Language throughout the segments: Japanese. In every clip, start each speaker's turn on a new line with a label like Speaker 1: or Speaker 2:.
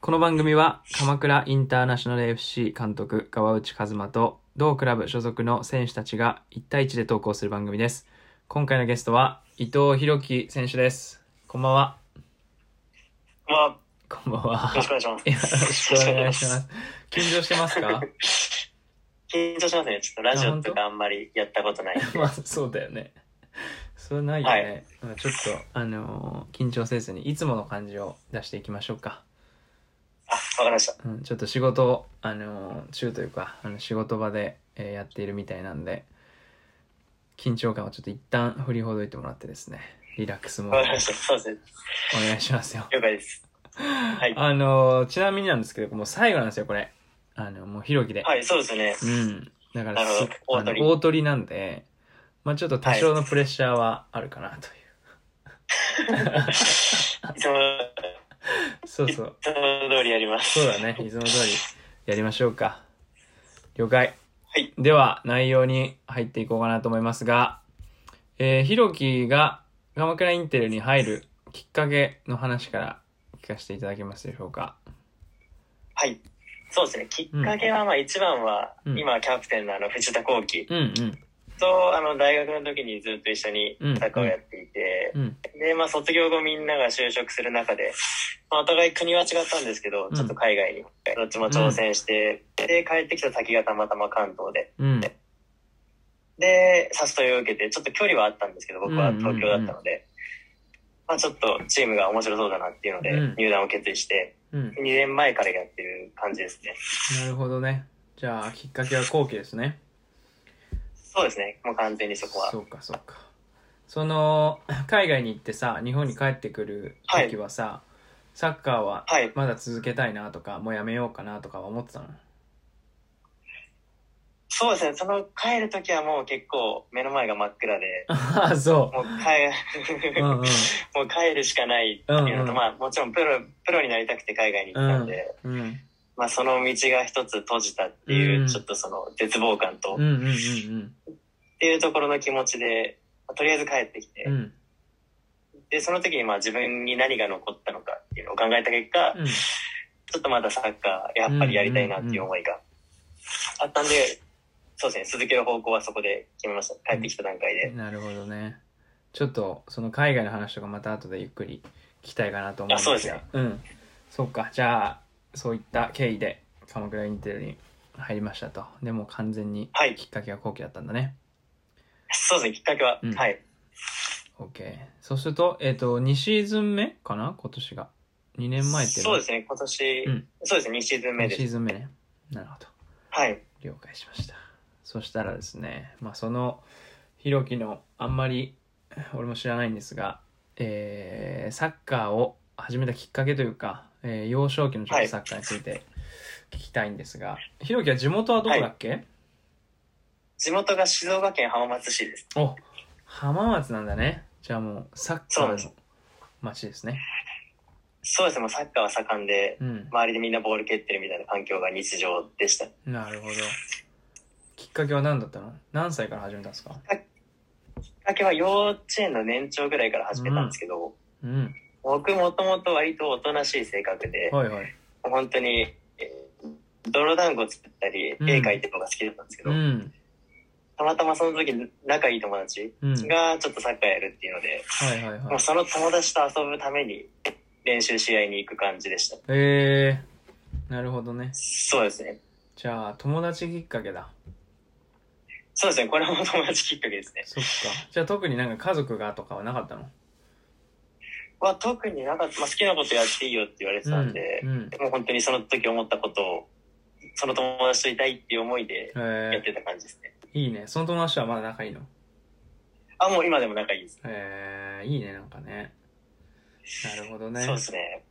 Speaker 1: この番組は鎌倉インターナショナル FC 監督川内和馬と同クラブ所属の選手たちが1対1で投稿する番組です今回のゲストは伊藤博樹選手ですこんばんは
Speaker 2: まあ、よ
Speaker 1: こんばんは
Speaker 2: ろしくお願いし
Speaker 1: よ
Speaker 2: ま
Speaker 1: ろ
Speaker 2: す。
Speaker 1: しくお願いし
Speaker 2: よ
Speaker 1: ます緊張してますか
Speaker 2: 緊張しますね。ちょっとラジオと
Speaker 1: あ本当
Speaker 2: かあんまりやったことない。
Speaker 1: まあそうだよねそれないよね、まあちょっとあのー緊張せずにいつもの感じを出していきましょうか
Speaker 2: あ、わかりました。
Speaker 1: うん、ちょっと仕事を、あのー中というかあの仕事場で、えーやっているみたいなんで緊張感をちょっと一旦振りほどいてもらってですねリラックスもお
Speaker 2: わか
Speaker 1: 願
Speaker 2: りました。そうですね。
Speaker 1: いしますよ、
Speaker 2: 了解です。はい。
Speaker 1: あのーちなみになんですけどもう最後なんですよこれあのもうひろきで、
Speaker 2: はい、そうですね。
Speaker 1: うんだから
Speaker 2: なるほ
Speaker 1: す
Speaker 2: ど
Speaker 1: あ
Speaker 2: 大取り
Speaker 1: の大取りなんでまあちょっと多少のプレッシャーはあるかなという、
Speaker 2: いつも、
Speaker 1: そうそう
Speaker 2: いつも通りやります。
Speaker 1: そうだね。いつも通りやりましょうか。了解。
Speaker 2: はい。
Speaker 1: では、内容に入っていこうかなと思いますが、えー、ひろきが鎌倉インテルに入るきっかけの話から聞かせていただけますでしょうか。
Speaker 2: はい。そうですね。きっかけは、まあ一番は、
Speaker 1: うん
Speaker 2: 今キャプテンのあの藤田幸輝
Speaker 1: うんうん。
Speaker 2: と、あの大学の時にずっと一緒にサッカーをやっていて、
Speaker 1: うん。
Speaker 2: で、まあ卒業後みんなが就職する中で、まあお互い国は違ったんですけど
Speaker 1: う、ん
Speaker 2: ちょっと海外に、どっちも挑戦して、で、帰ってきた先がたまたま関東で、
Speaker 1: うん。
Speaker 2: で、誘いを受けて、ちょっと距離はあったんですけど、僕は
Speaker 1: うんうんうん
Speaker 2: 東京だったので、まあちょっとチームが面白そうだなっていうので
Speaker 1: うん、
Speaker 2: 入団を決意して、
Speaker 1: うん。
Speaker 2: 2年前からやってる感じですね。
Speaker 1: なるほどね。じゃあ、きっかけは後期ですね。
Speaker 2: そうですね、もう完全にそこは。
Speaker 1: そうか、そうか。その、海外に行ってさ、日本に帰ってくる時はさ、サッカーは
Speaker 2: はい。
Speaker 1: まだ続けたいなとか、もうやめようかなとかは思ってたの
Speaker 2: そうですね、その帰るときはもう結構目の前が真っ暗で、
Speaker 1: ああ、そ
Speaker 2: もう帰、
Speaker 1: う。うんうん。
Speaker 2: もう帰るしかないっていうのと、
Speaker 1: うんうん
Speaker 2: まあもちろんプロ、プロになりたくて海外に行ったんで、
Speaker 1: うん。
Speaker 2: まあその道が一つ閉じたっていう、
Speaker 1: うん
Speaker 2: ちょっとその絶望感と、
Speaker 1: うん
Speaker 2: っ
Speaker 1: うんうん
Speaker 2: ていうところの気持ちで、まあとりあえず帰ってきて、
Speaker 1: うん。うん。
Speaker 2: で、その時にまあ自分に何が残ったのかっていうのを考えた結果、
Speaker 1: うん。
Speaker 2: ちょっとまだサッカーやっぱりやりたいなっていう思いがあったんで、そうですね、続ける方向はそこで決めました。帰ってきた段階で。
Speaker 1: なるほどね。ちょっと、その海外の話とかまた後でゆっくり聞きたいかなと思うん
Speaker 2: あそうですね
Speaker 1: うん。そうか。じゃあ、そういった経緯で鎌倉インテルに入りましたと。でもう完全に
Speaker 2: はい
Speaker 1: きっかけは後期だったんだね。
Speaker 2: そうですね、きっかけは、
Speaker 1: うん
Speaker 2: はい。
Speaker 1: OK。そうすると、えっ、と、2シーズン目かな今年が。2年前って。
Speaker 2: そうですすね、今年、
Speaker 1: うん
Speaker 2: そうですね、2シーズン目
Speaker 1: 2
Speaker 2: で
Speaker 1: シー
Speaker 2: す。
Speaker 1: ズン目ね。なるほど。
Speaker 2: はい。
Speaker 1: 了解しましたそしたらですねまあそのひろきのあんまり俺も知らないんですが、えーサッカーを始めたきっかけというか、えー幼少期のちょっとサッカーについて聞きたいんですが、ひろきは地元はどこだっけ、
Speaker 2: 地元が静岡県浜松市です。
Speaker 1: お浜松なんだねじゃあもうサッカ
Speaker 2: そうな
Speaker 1: ー
Speaker 2: んです
Speaker 1: の街ですね
Speaker 2: そうですね、もうサッカーは盛んで、
Speaker 1: うん
Speaker 2: 周りでみんなボール蹴ってるみたいな環境が日常でした。
Speaker 1: なるほどきっかけは何だったの何歳から始めたんですか
Speaker 2: きっかけは幼稚園の年長ぐらいから始めたんですけど、
Speaker 1: うん
Speaker 2: 僕もともと割とおとなしい性格で、
Speaker 1: はいはい
Speaker 2: 本当に、えー泥団子作ったり、絵
Speaker 1: うん
Speaker 2: 描いてるのが好きだったんですけど、
Speaker 1: うん
Speaker 2: たまたまその時仲いい友達
Speaker 1: うん
Speaker 2: がちょっとサッカーやるっていうので、
Speaker 1: はいはいはい
Speaker 2: もうその友達と遊ぶために練習試合に行く感じでした。
Speaker 1: えー、なるほどね
Speaker 2: そうですね。
Speaker 1: じゃあ友達きっかけだ
Speaker 2: そうですね。これも友達きっかけですね。
Speaker 1: そっかじゃあ特になんか家族がとかはなかったの
Speaker 2: は特になんか、まあ、好きなことやっていいよって言われてたんで、
Speaker 1: うんうん、
Speaker 2: もう本当にその時思ったことを、その友達といたいっていう思いでやっ
Speaker 1: え
Speaker 2: てた感じですね。
Speaker 1: ー、いいねその友達とはまだ仲いいの
Speaker 2: あ、もう今でも仲いいです。
Speaker 1: えー、いいねなんかねなるほどね
Speaker 2: そうですね。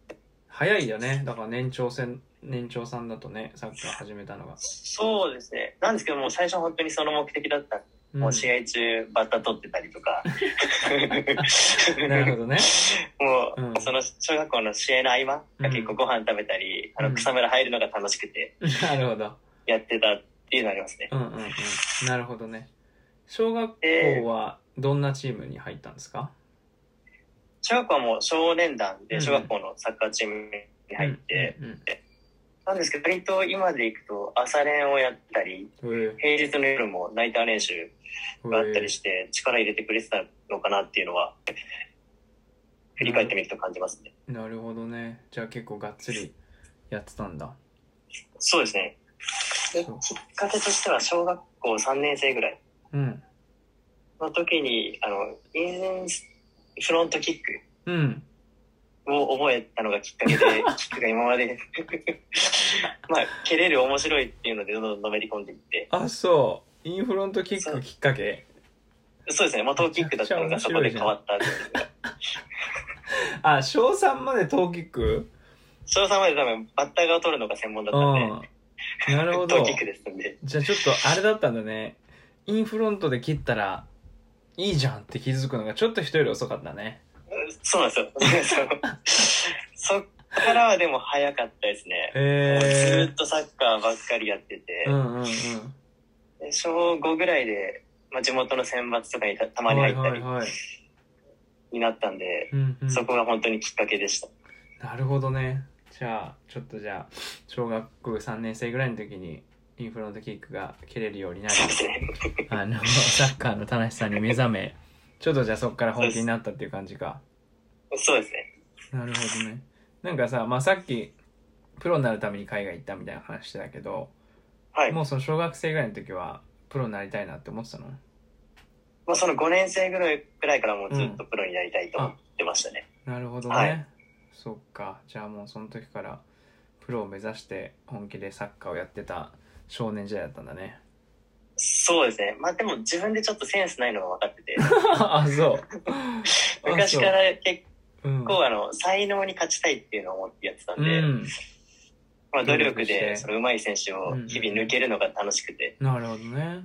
Speaker 1: 早いよねだから年長戦年長さんだとねサッカー始めたのが、
Speaker 2: そうですね。なんですけども、最初本当にその目的だったんで
Speaker 1: うん
Speaker 2: もう試合中バッタ取ってたりとか
Speaker 1: なるほどね
Speaker 2: もう、
Speaker 1: うん
Speaker 2: その小学校の試合の合間が結構ご飯食べたり、あ
Speaker 1: うん
Speaker 2: の草むら入るのが楽しくて
Speaker 1: なるほど
Speaker 2: やってたっていうのありますね
Speaker 1: うんうんうんなるほどね小学校はどんなチームに入ったんですか、
Speaker 2: 小学校はもう少年団
Speaker 1: う
Speaker 2: で
Speaker 1: ん
Speaker 2: 小学校のサッカーチームに入って、
Speaker 1: うんうん
Speaker 2: なんですけど、割と今でいくと朝練をやったり、
Speaker 1: うんへ
Speaker 2: 平日の夜もナイター練習
Speaker 1: え
Speaker 2: があったりして、力入れてくれてたのかなっていうのは、振り返ってみると感じますね。
Speaker 1: なるほどねじゃあ結構がっつりやってたんだ
Speaker 2: そうですね。でき
Speaker 1: そう
Speaker 2: っかけとしては、小学校3年生ぐらい
Speaker 1: うん
Speaker 2: の時に、あの、インフロントキック
Speaker 1: うん
Speaker 2: を覚えたのがきっかけで、キックが今まで、 まあ、蹴れる面白いっていうので、どんどんのめり込んでいって、
Speaker 1: あそうインフロントキックきっかけ
Speaker 2: そうですね、まあ、トーキックだったのがそこで変わったんですけど、
Speaker 1: あ小3までトーキック
Speaker 2: 翔さんまで多分、バッター側を取るのが専門だっ
Speaker 1: う
Speaker 2: たん
Speaker 1: んなるほ
Speaker 2: で、ト
Speaker 1: ど
Speaker 2: ーキックですんで、
Speaker 1: じゃあちょっとあれだったんだねインフロントで切ったらいいじゃんって気づくのがちょっと人より遅かったね
Speaker 2: そうなんですよ。 そうそっからはでも早かったですね。もうず
Speaker 1: へ
Speaker 2: ーっとサッカーばっかりやってて、
Speaker 1: えうんうんうん
Speaker 2: で小5ぐらいで、まあ、地元の選抜とかにたたまに
Speaker 1: は
Speaker 2: 入っ
Speaker 1: い
Speaker 2: た
Speaker 1: はいは
Speaker 2: り
Speaker 1: い
Speaker 2: になったんで、
Speaker 1: うんうん
Speaker 2: そこが本当にきっかけでした。
Speaker 1: なるほどねじゃあちょっとじゃあ小学3年生ぐらいの時にインフロントキックが蹴れるようになり
Speaker 2: そうですね。
Speaker 1: あのサッカーの田無さんに目覚めちょっとじゃあそこから本気になったっていう感じか
Speaker 2: そうですね。
Speaker 1: なるほどねなんかさ、まあ、さっきプロになるために海外行ったみたいな話してたけど、
Speaker 2: はい。
Speaker 1: もうその小学生ぐらいの時はプロになりたいなって思ってたの
Speaker 2: まあ、その5年生ぐらいぐらいからもうずっとプロになりたいと思ってましたね。
Speaker 1: なるほどね、
Speaker 2: はい
Speaker 1: そっかじゃあもうその時からプロを目指して本気でサッカーをやってた少年時代だったんだ ね
Speaker 2: そうですね。まあでも自分でちょっとセンスないのが分かってて、
Speaker 1: あそう
Speaker 2: 昔から結
Speaker 1: うん
Speaker 2: 構あの、才能に勝ちたいっていうのを思ってやってたん
Speaker 1: う
Speaker 2: で、
Speaker 1: ん、
Speaker 2: まあ努
Speaker 1: 努力
Speaker 2: 力
Speaker 1: して
Speaker 2: でその上手い選手を日々抜けるのが楽しくて、
Speaker 1: なるほどね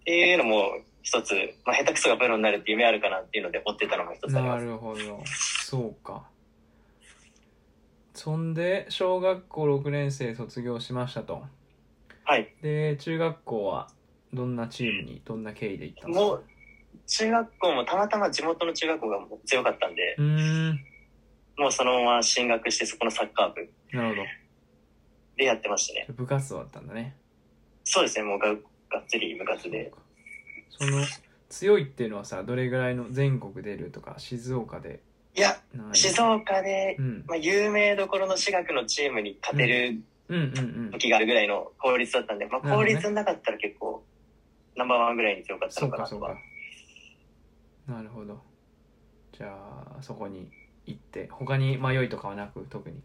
Speaker 2: っていうのも一つ、まあ下手くそがプロになるって夢あるかなっていうので追ってたのも一つあり
Speaker 1: な
Speaker 2: ます。
Speaker 1: るほどそうかそんで小学校6年生卒業しましたと
Speaker 2: はい。
Speaker 1: で中学校はどんなチームにどんな経緯で行ったんですか
Speaker 2: もう、中学校もたまたま地元の中学校がもう強かったんで、
Speaker 1: うーん
Speaker 2: もうそのまま進学してそこのサッカー部
Speaker 1: なるほ
Speaker 2: でやってましたね。
Speaker 1: ど部活動だったんだね
Speaker 2: そうですね、もうががっつり部活で。
Speaker 1: その強いっていうのはさどれぐらいの全国出るとか静岡で
Speaker 2: いや、
Speaker 1: 何
Speaker 2: 静岡で、
Speaker 1: うん
Speaker 2: まあ、有名どころの私学のチームに勝てる
Speaker 1: うんうんうん
Speaker 2: 時があるぐらいの効率だったんで、まあ、
Speaker 1: なるほ
Speaker 2: 効
Speaker 1: どね
Speaker 2: 率なかったら結構、ナンバーワンぐらいに強かった
Speaker 1: そ
Speaker 2: の
Speaker 1: う
Speaker 2: か
Speaker 1: か
Speaker 2: な
Speaker 1: そ
Speaker 2: と
Speaker 1: う
Speaker 2: は
Speaker 1: か。なるほどじゃあそこに行って他に迷いとかはなく特に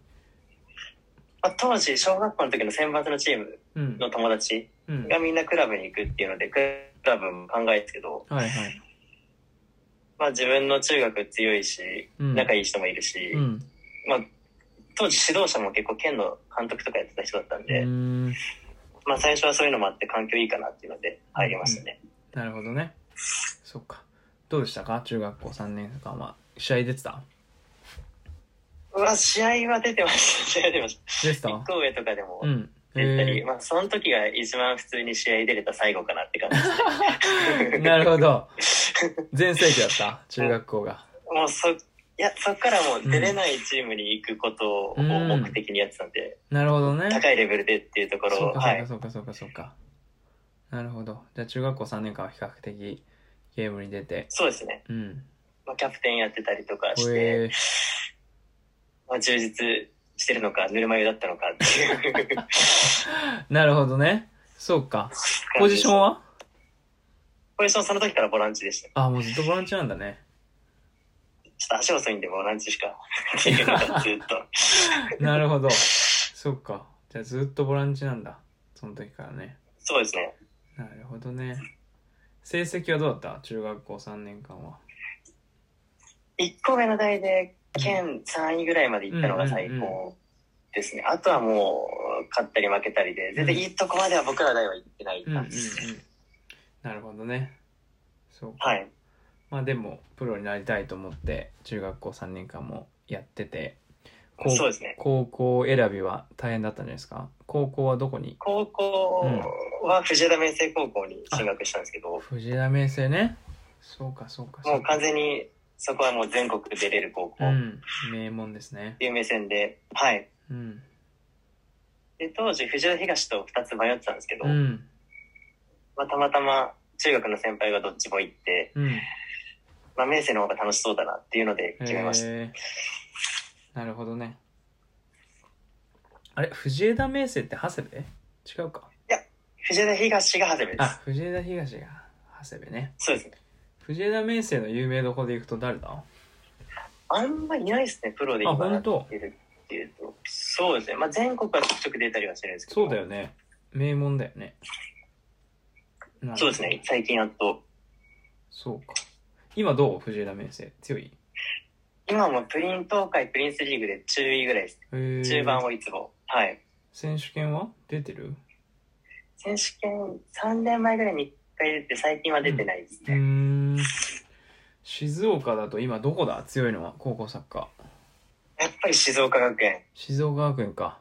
Speaker 2: まあ、当時、小学校の時の選抜のチーム
Speaker 1: うん
Speaker 2: の友達
Speaker 1: うん
Speaker 2: がみんなクラブに行くっていうので、クラブも考えてたけど、
Speaker 1: はいはい。
Speaker 2: まあ自分の中学強いし、
Speaker 1: うん
Speaker 2: 仲
Speaker 1: い
Speaker 2: いい人もいるし、
Speaker 1: うん。
Speaker 2: まあ、当時指導者も結構県の監督とかやってた人だったん
Speaker 1: う
Speaker 2: で、
Speaker 1: ーん
Speaker 2: まあ最初はそういうのもあって環境いいかなっていうので入りましたね。
Speaker 1: なるほどね。そっか。どうでしたか中学校3年間は。試合出てた
Speaker 2: うわ、試合は出てました。試合は出てました。
Speaker 1: 出てた
Speaker 2: 一個上とかでも
Speaker 1: うん。
Speaker 2: 出たり、
Speaker 1: え
Speaker 2: まあその時が一番普通に試合出れた最後かなって感じです
Speaker 1: ーなるほど。全盛期だった中学校が。
Speaker 2: もうそ、いや、そっからもう出れないチームに行くことを目的にやってたんで、
Speaker 1: なるほどね。
Speaker 2: 高いレベルでっていうところ
Speaker 1: そう
Speaker 2: を、
Speaker 1: か
Speaker 2: はい。
Speaker 1: そうかそうかそうかそうか。なるほど。じゃあ中学校3年間は比較的ゲームに出て。
Speaker 2: そうですね。
Speaker 1: うん。
Speaker 2: まあ、キャプテンやってたりとかして、
Speaker 1: え
Speaker 2: まあ、充実してるのか、ぬるま湯だったのかっていう感
Speaker 1: ー、なるほどね。そうか。
Speaker 2: じ
Speaker 1: ポジションは
Speaker 2: ポジションその時からボランチでした。
Speaker 1: あ、もうずっとボランチなんだね。
Speaker 2: ちょっと足遅いんでボランチしかっていうのがずっ と。
Speaker 1: なるほど。そっか。じゃあずっとボランチなんだ。その時からね。
Speaker 2: そうですね。
Speaker 1: なるほどね。成績はどうだった中学校3年間は。
Speaker 2: 1個上の代で、県3位ぐらいまで行ったのが最
Speaker 1: うんうん
Speaker 2: 高ですね。あとはもう、勝ったり負けたりで、全然いいとこまでは僕ら代は行ってない
Speaker 1: うんうんう
Speaker 2: 感
Speaker 1: ん
Speaker 2: じですね。。
Speaker 1: なるほどね。そうか。
Speaker 2: はい。
Speaker 1: まあでも、プロになりたいと思って、中学校3年間もやってて、こう
Speaker 2: そうですね。
Speaker 1: 高校選びは大変だったんじゃないですか高校はどこに
Speaker 2: 高校は藤枝明誠高校に進学したんですけど、
Speaker 1: 藤枝明誠ね。そうかそうかそ
Speaker 2: も
Speaker 1: う
Speaker 2: う
Speaker 1: か。
Speaker 2: 完全にそこはもう全国出れる高校
Speaker 1: う
Speaker 2: っ
Speaker 1: ん、名門ですね。
Speaker 2: ていう目線で、はい。
Speaker 1: うん、
Speaker 2: で、当時、藤田東と2つ迷ってたんですけど、
Speaker 1: うん、
Speaker 2: まあ、たまたま中学の先輩がどっちも行って、
Speaker 1: うん。
Speaker 2: まあ、明生の方が楽しそうだなっていうので決めました。
Speaker 1: えーなるほどね。あれ、藤枝明星って長谷部違うか。
Speaker 2: 藤枝東が初めで
Speaker 1: あ
Speaker 2: す。、
Speaker 1: 藤枝東が長谷部ね。
Speaker 2: そうですね。
Speaker 1: 藤枝明星の有名どころで行くと誰だ
Speaker 2: あんまりいないですね、プロで
Speaker 1: あ、
Speaker 2: 今
Speaker 1: 本当
Speaker 2: いるっていうと。そうですね。まあ、全国はちょくちょく出たりはしてるんですけど。
Speaker 1: そうだよね。名門だよね。なるほど
Speaker 2: そうですね。。最近やっと。
Speaker 1: そうか。今どう藤枝明星。強い
Speaker 2: 今もプリン東海プリンスリーグで中位ぐらいです。
Speaker 1: えー
Speaker 2: 中盤をいつも。はい。
Speaker 1: 選手権は出てる
Speaker 2: 選手権3年前ぐらいに1回出て、最近は出てないです
Speaker 1: う
Speaker 2: ね。
Speaker 1: ーん。静岡だと今どこだ強いのは高校サッカー。
Speaker 2: やっぱり静岡学園。
Speaker 1: 静岡学園か。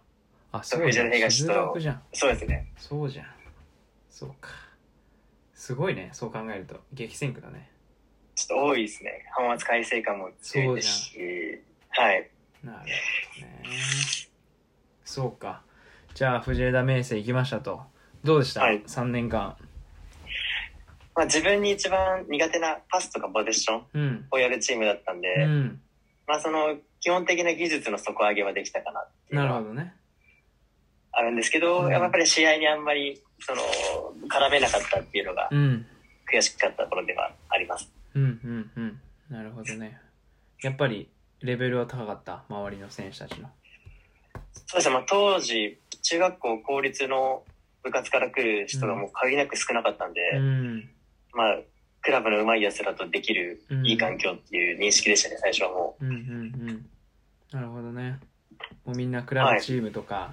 Speaker 1: あ、すごい、
Speaker 2: 藤枝
Speaker 1: ね。
Speaker 2: 東
Speaker 1: 静
Speaker 2: と
Speaker 1: 岡じゃん。
Speaker 2: そうですね。
Speaker 1: そうじゃん。そうか。すごいね。そう考えると。激戦区だね。
Speaker 2: ちょっと多いですね。浜松開誠館も強いですし。はい。
Speaker 1: なるほどね。そうか。じゃあ、藤枝明星行きましたと。どうでした、
Speaker 2: はい
Speaker 1: ?3 年間。
Speaker 2: まあ、自分に一番苦手なパスとかポゼッション
Speaker 1: うん。
Speaker 2: をやるチームだったんで、
Speaker 1: うん。
Speaker 2: まあその基本的な技術の底上げはできたかなっていう
Speaker 1: な
Speaker 2: の
Speaker 1: る
Speaker 2: は
Speaker 1: ほどね。
Speaker 2: あるんですけど、
Speaker 1: うん
Speaker 2: やっぱり試合にあんまりその絡めなかったっていうのが
Speaker 1: うん。
Speaker 2: 悔しかったところではあります。
Speaker 1: うんうんうん。なるほどね。やっぱり、レベルは高かった。周りの選手たちの。
Speaker 2: そうですね、まあ、当時中学校公立の部活から来る人がもう限りなく少なかったんで、
Speaker 1: うん。
Speaker 2: まあクラブの上手いやつらとできる
Speaker 1: うん
Speaker 2: いい環境っていう認識でしたね最初はも
Speaker 1: うんうんうんなるほどねもうみんなクラブチームとか、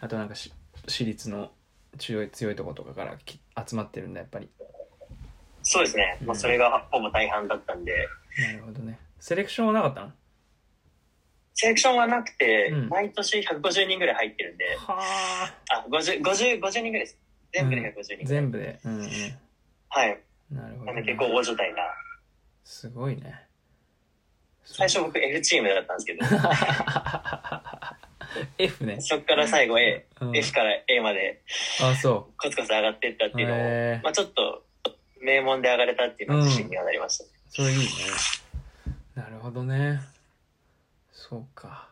Speaker 1: あとなんかし私立の強い強いとことかからき集まってるんだやっぱり
Speaker 2: うそうですね、まあ、それがほぼ大半だったんで
Speaker 1: なるほどねセレクションはなかったの
Speaker 2: セレクションはなくて、
Speaker 1: うん
Speaker 2: 毎年150人ぐらい入ってるんで
Speaker 1: はあ
Speaker 2: あ50 50 50人ぐらいです全部で150人ぐらい、
Speaker 1: 全部でうんうん
Speaker 2: はい
Speaker 1: なるほ
Speaker 2: な
Speaker 1: ど、
Speaker 2: んで
Speaker 1: ね、
Speaker 2: 結構大所帯な
Speaker 1: すごいね
Speaker 2: 最初僕 F チームだったんですけど
Speaker 1: F ね、
Speaker 2: そこから最後 A、
Speaker 1: うん、
Speaker 2: F から A まで
Speaker 1: あそ
Speaker 2: コツコツ上がっていったっ
Speaker 1: う
Speaker 2: ていうのも、
Speaker 1: へえ
Speaker 2: まあ、ちょっと名門で上がれたっていうのは自信にはなりました、
Speaker 1: それいいねなるほどねそうか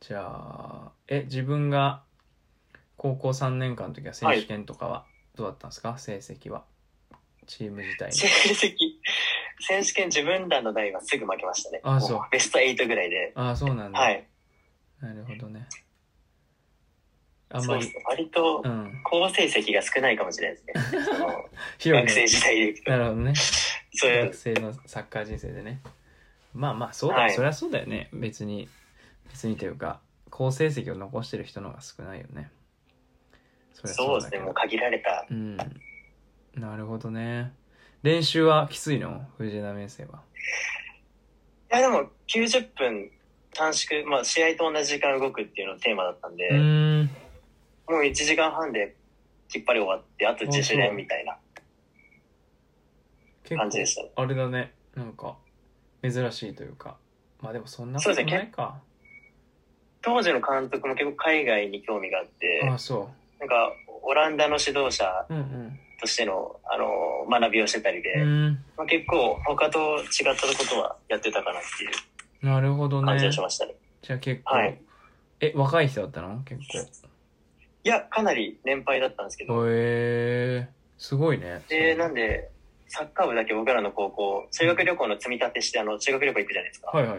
Speaker 1: じゃあえ自分が高校3年間の時は選手権とかはどうだったんですか、成績はチーム自体に
Speaker 2: 成績選手権自分らの代はすぐ負けましたね
Speaker 1: あそう
Speaker 2: もベスト8ぐらいで
Speaker 1: ああそうなんだ、
Speaker 2: はい
Speaker 1: なるほどねあん
Speaker 2: そ
Speaker 1: ま
Speaker 2: うで
Speaker 1: り
Speaker 2: すね割と
Speaker 1: うん
Speaker 2: 好成績が少ないかもしれないで すねその
Speaker 1: 広
Speaker 2: 学
Speaker 1: い
Speaker 2: 生
Speaker 1: ね
Speaker 2: 時代でいくと
Speaker 1: なるほどね
Speaker 2: そうい
Speaker 1: 学
Speaker 2: う
Speaker 1: 生のサッカー人生でねまあまあそうだ、
Speaker 2: はい
Speaker 1: そりゃそうだよね別に別にというか好成績を残してる人の方が少ないよねそりゃ
Speaker 2: そう
Speaker 1: だ
Speaker 2: です
Speaker 1: け
Speaker 2: ね
Speaker 1: ど
Speaker 2: もう限られた
Speaker 1: うんなるほどね練習はきついの藤枝明生はい
Speaker 2: やでも90分短縮、まあ、試合と同じ時間動くっていうのがテーマだったんで、
Speaker 1: うーん
Speaker 2: もう1時間半できっぱり終わってあと自主練みたいな
Speaker 1: 結
Speaker 2: 感じでしたね
Speaker 1: 構あれだねなんか珍しいというかまあでもそんなこと
Speaker 2: そうですね
Speaker 1: ないか
Speaker 2: 当時の監督も結構海外に興味があって
Speaker 1: ああそ
Speaker 2: なんかオランダの指導者
Speaker 1: ううん
Speaker 2: としてのあの学びをしてたりで、
Speaker 1: うんうん
Speaker 2: まあ、結構他と違ったことはやってたかなっていう
Speaker 1: なるほど
Speaker 2: 感
Speaker 1: ね
Speaker 2: じがしましたね
Speaker 1: じゃあ結構、
Speaker 2: はい
Speaker 1: え若い人だったの結構
Speaker 2: いやかなり年配だったんですけど
Speaker 1: へえすごいね。
Speaker 2: でなんでサッカー部だけ僕らの高校修学旅行の積み立てしてあの修学旅行行くじゃないですか、
Speaker 1: はいはい。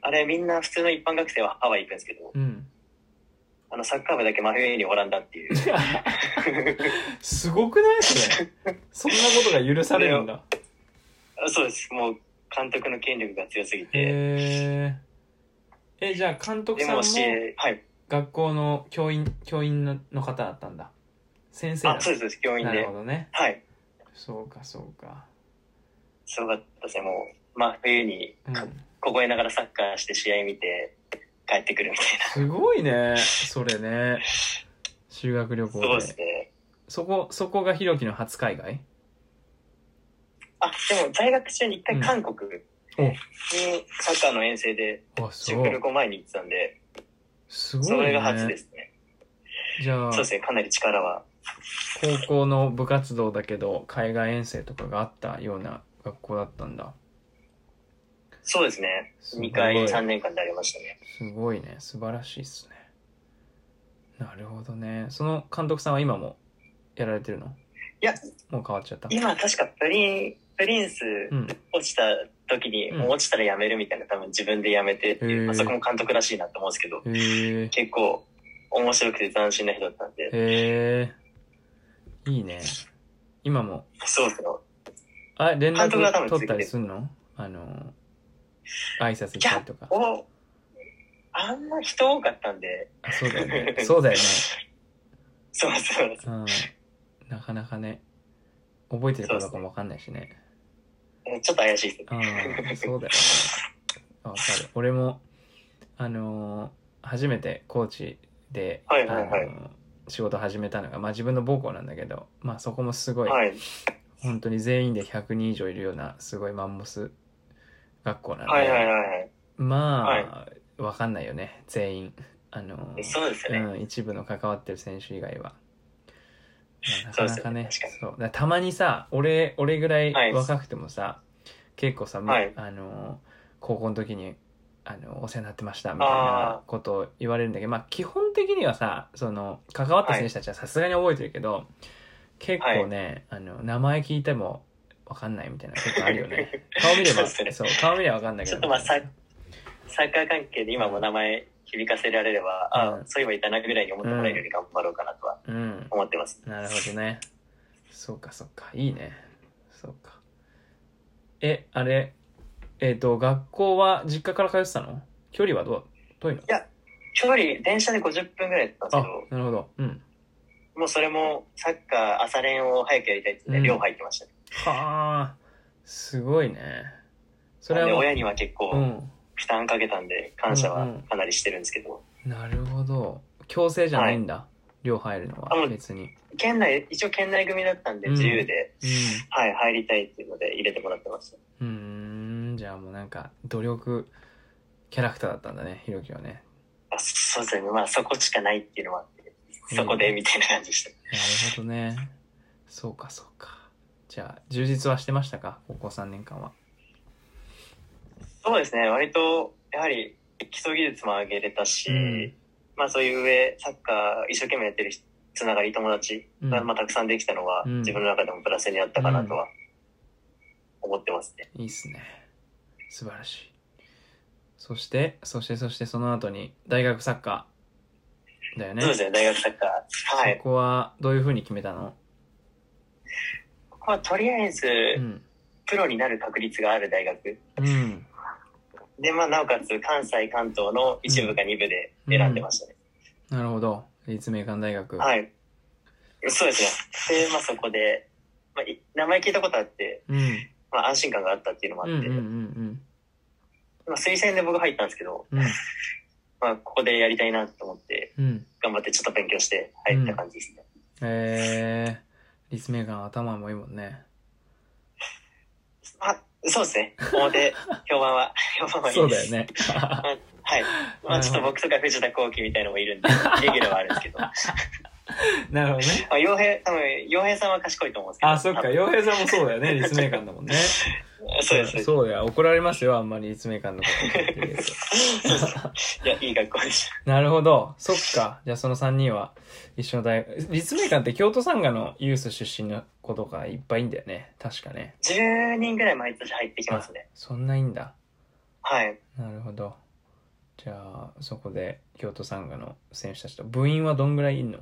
Speaker 2: あれみんな普通の一般学生はハワイ行くんですけど
Speaker 1: うん。
Speaker 2: あのサッカー部だけ真冬にオランダ っていう
Speaker 1: すごくないそれ。そんなことが許されるんだ。
Speaker 2: そうですもう監督の権力が強すぎて
Speaker 1: へえ。え、じゃあ監督
Speaker 2: で
Speaker 1: さんも
Speaker 2: も試合はい
Speaker 1: 学校の教員、教員のの方だったんだ。先生だ
Speaker 2: あそうですそうです教員
Speaker 1: なる
Speaker 2: で
Speaker 1: ほどね。
Speaker 2: はい
Speaker 1: そうかそうか。
Speaker 2: すごかったですねもう真冬に
Speaker 1: うん。
Speaker 2: 凍えながらサッカーして試合見て帰ってくるみたい
Speaker 1: すごいね。それね。修学旅行
Speaker 2: なそう
Speaker 1: で。
Speaker 2: ですね
Speaker 1: そこ、そこがひろきの初海外
Speaker 2: あ、でも在学中に一
Speaker 1: う
Speaker 2: 回
Speaker 1: ん
Speaker 2: 韓国
Speaker 1: お
Speaker 2: にサッカーの遠征で
Speaker 1: あ
Speaker 2: 修
Speaker 1: そ
Speaker 2: 学旅
Speaker 1: う
Speaker 2: 行前に行ってたんで、
Speaker 1: すごい、
Speaker 2: そ
Speaker 1: ね、
Speaker 2: れが初ですね。
Speaker 1: じゃあ
Speaker 2: そうですね、かなり力は。
Speaker 1: 高校の部活動だけど海外遠征とかがあったような学校だったんだ
Speaker 2: そうですね。
Speaker 1: すごい
Speaker 2: 2回3年間でありましたね。
Speaker 1: すごいね素晴らしいですねなるほどねその監督さんは今もやられてるの
Speaker 2: いや
Speaker 1: もう変わっちゃった
Speaker 2: 今確かプリン、プリンス
Speaker 1: うん
Speaker 2: 落ちた時に、
Speaker 1: うん
Speaker 2: もう落ちたら辞めるみたいな多分自分で辞めてってい
Speaker 1: へ
Speaker 2: う、
Speaker 1: ー
Speaker 2: まあ、そこも監督らしいなと思うんですけど、
Speaker 1: へえ
Speaker 2: 結構面白くて斬新な人だったんで、
Speaker 1: へえいいね今も
Speaker 2: そうですね。
Speaker 1: あ連
Speaker 2: 監督が多
Speaker 1: 絡
Speaker 2: 分
Speaker 1: 取ったりすんのあの挨拶したりとか
Speaker 2: おあんま人多かったんで、
Speaker 1: あそうだよねそうだよね
Speaker 2: そうそう。
Speaker 1: うんなかなかね覚えてるかどうかもわかんないしね
Speaker 2: ちょっと怪しいですね。
Speaker 1: あ あ、そうだよね。あわかる。俺も、あのー初めて高知で、
Speaker 2: はいはいはい
Speaker 1: あのー仕事始めたのが、まあ自分の母校なんだけど、まあそこもすごい、
Speaker 2: はい。
Speaker 1: 本当に全員で100人以上いるような、すごいマンモス学校なので、
Speaker 2: はいはいはい
Speaker 1: まあ、わかんないよね、全員。あの
Speaker 2: はい。
Speaker 1: ー
Speaker 2: そうですよね。
Speaker 1: う ん、一部の関わってる選手以外は。まあな
Speaker 2: そ
Speaker 1: か
Speaker 2: うで
Speaker 1: な
Speaker 2: す
Speaker 1: かね
Speaker 2: よね確かに、
Speaker 1: そう。だからたまにさ、俺、俺ぐら
Speaker 2: はいい
Speaker 1: 若くてもさ、結構さ、
Speaker 2: はい
Speaker 1: あの、高校の時に、あの、お世話になってました、みたいなことを言われるんだけど、まあ、基本的にはさ、その、関わった選手たちはさすがに覚えてるけど、結構ね、あの、名前聞いても、わかんないみたいなことあるよ ね。顔見れば、
Speaker 2: そう
Speaker 1: そ
Speaker 2: で
Speaker 1: う
Speaker 2: す
Speaker 1: 顔見ればわかんないけど。
Speaker 2: ちょっとまあさサッカー関係で今も名前響かせられれば、あ
Speaker 1: う
Speaker 2: あ
Speaker 1: ん
Speaker 2: そういえばいたなぐらいに思ってもらえるように頑張ろうかなとは
Speaker 1: うん。
Speaker 2: 思ってます。
Speaker 1: なるほどね。そうか、そうか。いいね。そうか。え、あれ、えっ、と、学校は実家から通ってたの距離はどう遠いの
Speaker 2: 距離、電車で50分ぐらいだったんです
Speaker 1: あ
Speaker 2: けど、、
Speaker 1: なるほど。うん。
Speaker 2: もうそれもサッカー朝練を早くやりたいって言っ
Speaker 1: うん
Speaker 2: て、寮入ってましたね。
Speaker 1: はあ、すごいね。それ
Speaker 2: なん
Speaker 1: は
Speaker 2: で
Speaker 1: も
Speaker 2: 親には結
Speaker 1: う、う
Speaker 2: 構
Speaker 1: ん。
Speaker 2: 負担かけたんで、感謝
Speaker 1: う
Speaker 2: は
Speaker 1: んうん
Speaker 2: かなりしてるんですけど、
Speaker 1: なるほど。強制じゃないんだ。寮入るの
Speaker 2: あも
Speaker 1: は、
Speaker 2: う
Speaker 1: 別に。
Speaker 2: 県内、一応県内組だったんで
Speaker 1: うん
Speaker 2: 自由で、はい、入りたいっていうので入れてもらってました。
Speaker 1: うん。うーん、じゃあもうなんか、努力キャラクターだったんだね、ひろきはね。
Speaker 2: あそうですね。まあそこしかないっていうのもあって、
Speaker 1: うん
Speaker 2: そこでみたいな感じでした。
Speaker 1: なるほどね。そうかそうか。じゃあ、充実はしてましたか高校3年間は。
Speaker 2: そうですね。割と、やはり基礎技術も上げれたし、
Speaker 1: うん
Speaker 2: まあそういう上、サッカー一生懸命やってる人つながり友達が、
Speaker 1: うん
Speaker 2: まあ、たくさんできたのは、
Speaker 1: うん
Speaker 2: 自分の中でもプラスになったかなとは思ってますね。
Speaker 1: いいっすね。素晴らしい。そして、そして、そして、その後に、大学サッカーだよね。
Speaker 2: そうですね。大学サッカー。はい
Speaker 1: そ。こは、どういうふうに決めたの
Speaker 2: ここはとりあえず、
Speaker 1: うん。
Speaker 2: プロになる確率がある大学。
Speaker 1: うん。
Speaker 2: で、まあなおかつ関西、関東の一部か二部で選んでましたね。
Speaker 1: なるほど。立命館大学。
Speaker 2: はい。そうですね。で、まあそこで、まあ、い名前聞いたことあって、
Speaker 1: うん。
Speaker 2: まあ安心感があったっていうのもあ
Speaker 1: う
Speaker 2: っ
Speaker 1: ん
Speaker 2: て、
Speaker 1: うんうん
Speaker 2: まあ推薦で僕入ったんですけど、
Speaker 1: うん。うん。
Speaker 2: まあここでやりたいなと思って、
Speaker 1: うん。
Speaker 2: 頑張ってちょっと勉強して入った感じですね。
Speaker 1: えー、立命館頭もいいもんね。
Speaker 2: まあ、そうですね。表、評判は、 評判はいいです。
Speaker 1: そうだよね。
Speaker 2: はい。まあちょっと僕とか藤田幸輝みたいのも いるんで、レギュラーはあるんですけど、ま
Speaker 1: なるほどね。
Speaker 2: あ洋平、多分洋平さんは賢いと思うんですけど。
Speaker 1: あ、そっか。
Speaker 2: 多分
Speaker 1: 洋平さんもそうだよ ね。立命館だもんね。
Speaker 2: そうです。 そう
Speaker 1: そうだよ。怒られますよ。あんまり立命館のこと言って るやつ
Speaker 2: ですいや、いい学校でした。
Speaker 1: なるほど。そっか。じゃあその3人は一緒の大学。立命館って京都産科のユース出身の子とかいっぱいいんだよね。確かね。
Speaker 2: 10人ぐらい毎年入ってきま すね。
Speaker 1: そんないいんだ。
Speaker 2: はい。
Speaker 1: なるほど。じゃあそこで京都産科の選手たちと。部員はどんぐらいいんの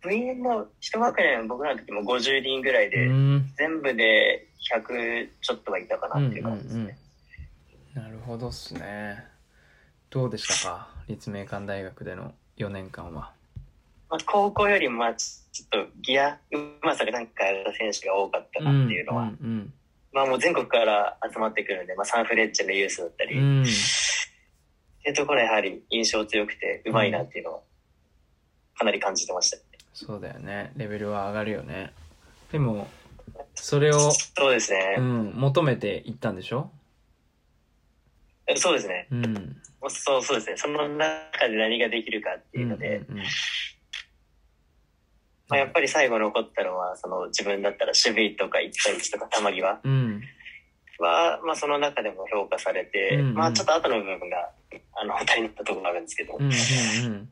Speaker 2: 部員も一学年僕らの時も50人ぐらいうで、
Speaker 1: ーん。
Speaker 2: 全部で100ちょっとはいたかなっていう感じですね、
Speaker 1: うんうんうんなるほどっすね。どうでしたか立命館大学での4年間は。
Speaker 2: まあ、高校よりもまあちちょっとギアうまさがなんか選手が多かったなっていうの
Speaker 1: ん
Speaker 2: は、
Speaker 1: うん
Speaker 2: まあもう全国から集まってくるんで、まあ、サンフレッチェのユースだったり、
Speaker 1: う
Speaker 2: っ
Speaker 1: ん。
Speaker 2: ていうところはやはり印象強くてうまいなっていうのをかなり感じてました、
Speaker 1: そうだよねレベルは上がるよねでもそれを、
Speaker 2: そうです
Speaker 1: う
Speaker 2: ね。
Speaker 1: ん、求めていったんでしょ
Speaker 2: えそうですね。
Speaker 1: うん。
Speaker 2: そうそうですね。その中で何ができるかって
Speaker 1: う
Speaker 2: いうん
Speaker 1: う
Speaker 2: の
Speaker 1: ん
Speaker 2: で、
Speaker 1: うん
Speaker 2: まあ、やっぱり最後残ったのは、その自分だったら守備とか1対1とか球際
Speaker 1: うん。
Speaker 2: は、まあその中でも評価されて、
Speaker 1: うんうん
Speaker 2: まあちょっと後の部分が、あの、足りなかったところがあるんですけど、
Speaker 1: うん。うん。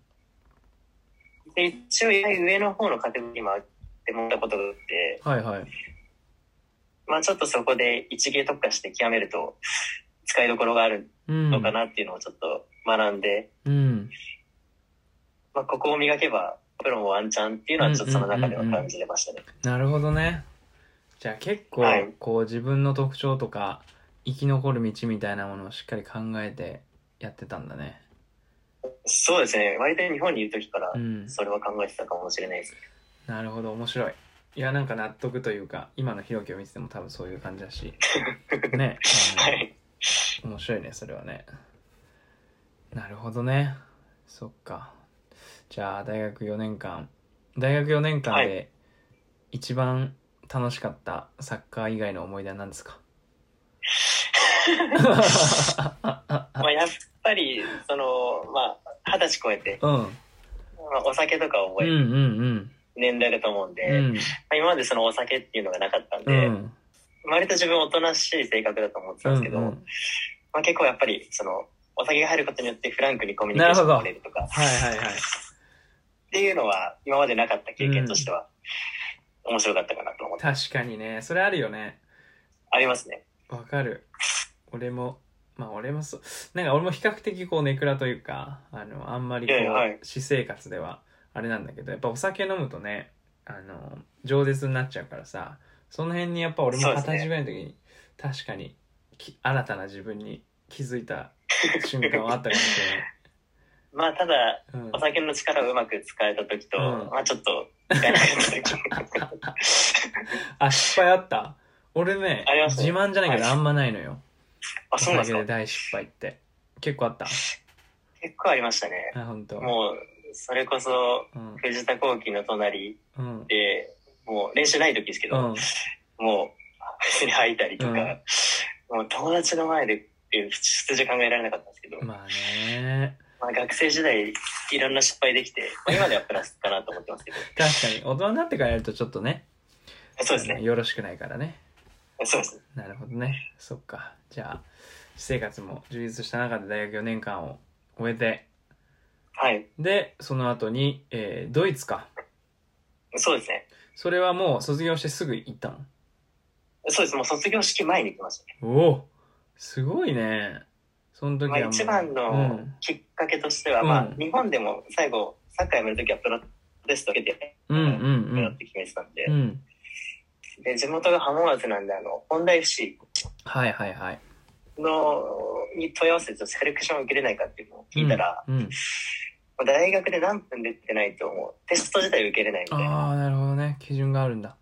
Speaker 2: で一応上の方のカテゴリーもあってもらったことがあって、
Speaker 1: はいはい。
Speaker 2: まあちょっとそこで一芸特化して極めると、使いどころがある
Speaker 1: うん。
Speaker 2: のかなっていうのをちょっと学んで、
Speaker 1: うん。
Speaker 2: まあここを磨けば、プロもワンチャンっていうのはちょっとその中では感じてましたね。
Speaker 1: なるほどね。じゃあ結構、
Speaker 2: はい
Speaker 1: こう自分の特徴とか、生き残る道みたいなものをしっかり考えてやってたんだね。
Speaker 2: そうですね。割と日本にいる時から
Speaker 1: う、ん。
Speaker 2: それは考えてたかもしれないです。
Speaker 1: なるほど、面白い。いや、なんか納得というか、今のひろきを見てても多分そういう感じだ し。ね。あの
Speaker 2: はい。
Speaker 1: 面白いねそれはねなるほどねそっかじゃあ大学4年間大学4年間
Speaker 2: は
Speaker 1: で一番楽しかったサッカー以外の思い出は何ですか
Speaker 2: まあやっぱり、その、まあ、二十歳超えて、
Speaker 1: うん、
Speaker 2: まあ、お酒とかを
Speaker 1: うんう
Speaker 2: 覚える
Speaker 1: ん
Speaker 2: 年代だと思うんで、
Speaker 1: うんうん
Speaker 2: まあ今までそのお酒っていうのがなかったん
Speaker 1: う
Speaker 2: で、
Speaker 1: ん
Speaker 2: 割と自分おとなしい性格だと思って
Speaker 1: う
Speaker 2: たんですけ
Speaker 1: ん
Speaker 2: ど、
Speaker 1: うん
Speaker 2: まあ、結構やっぱりそのお酒が入ることによってフランクにコミュニケーションが取れるとかっ
Speaker 1: はいはいはい
Speaker 2: ていうのは今までなかった経験としては面白かったかなと思って、
Speaker 1: 確かにねそれあるよね
Speaker 2: ありますね
Speaker 1: わかる俺もまあ俺もそうなんか俺も比較的こうネクラというかあのあんまりこう、
Speaker 2: ええはい
Speaker 1: 私生活ではあれなんだけどやっぱお酒飲むとねあの饒舌になっちゃうからさその辺にやっぱ俺も
Speaker 2: そう
Speaker 1: 二十
Speaker 2: ですね
Speaker 1: 歳ぐらいの時に、確かにき新たな自分に気づいた瞬間はあったかもし
Speaker 2: まあただ
Speaker 1: れない、うん
Speaker 2: お、酒の力をうまく使えた時と、
Speaker 1: うん
Speaker 2: まあちょっと使えなか った時
Speaker 1: あ失敗あった俺ね
Speaker 2: あります
Speaker 1: 自慢じゃないけど
Speaker 2: はい
Speaker 1: あんまないのよ、
Speaker 2: あそう
Speaker 1: お
Speaker 2: なんです
Speaker 1: 酒
Speaker 2: か
Speaker 1: で大失敗って結構あった
Speaker 2: 結構ありましたね
Speaker 1: あ本当
Speaker 2: もうそれこそ
Speaker 1: うん
Speaker 2: 藤田幸輝の隣
Speaker 1: うん
Speaker 2: でもう練習ない時ですけ
Speaker 1: う
Speaker 2: ど、
Speaker 1: ん
Speaker 2: もう別に吐いたりとか、もう友達の前でっていう出場考えられなかったんですけど、
Speaker 1: まあね
Speaker 2: まあ、学生時代いろんな失敗できて、まあ、今ではプラスかなと思っ てますけど
Speaker 1: 確かに大人になってからやるとちょっとね
Speaker 2: そうですね
Speaker 1: よろしくないからね
Speaker 2: そうですね
Speaker 1: なるほどねそっかじゃあ私生活も充実した中で大学4年間を終えて
Speaker 2: はい
Speaker 1: でその後に、えードイツか
Speaker 2: そうですね
Speaker 1: それはもう卒業してすぐ行ったの
Speaker 2: そうですもう卒業式前に来ましたね、
Speaker 1: おおすごいねその時は
Speaker 2: まあ、
Speaker 1: もう、
Speaker 2: 一番
Speaker 1: う
Speaker 2: の
Speaker 1: ん
Speaker 2: きっかけとしては、
Speaker 1: うん
Speaker 2: まあ、日本でも最後サッカーやめるときはプロテスト受けて
Speaker 1: うんうんう
Speaker 2: やろうんって決めてたんで,、
Speaker 1: うん
Speaker 2: で地元が浜松なんであの本田 FC
Speaker 1: はいはいはい
Speaker 2: のに問い合わせてセレクション受けれないかっていうのを聞いたら、
Speaker 1: うんうん
Speaker 2: 大学で何分出てないともうテスト自体受けれないみたいな。
Speaker 1: ああなるほどね基準があるんだ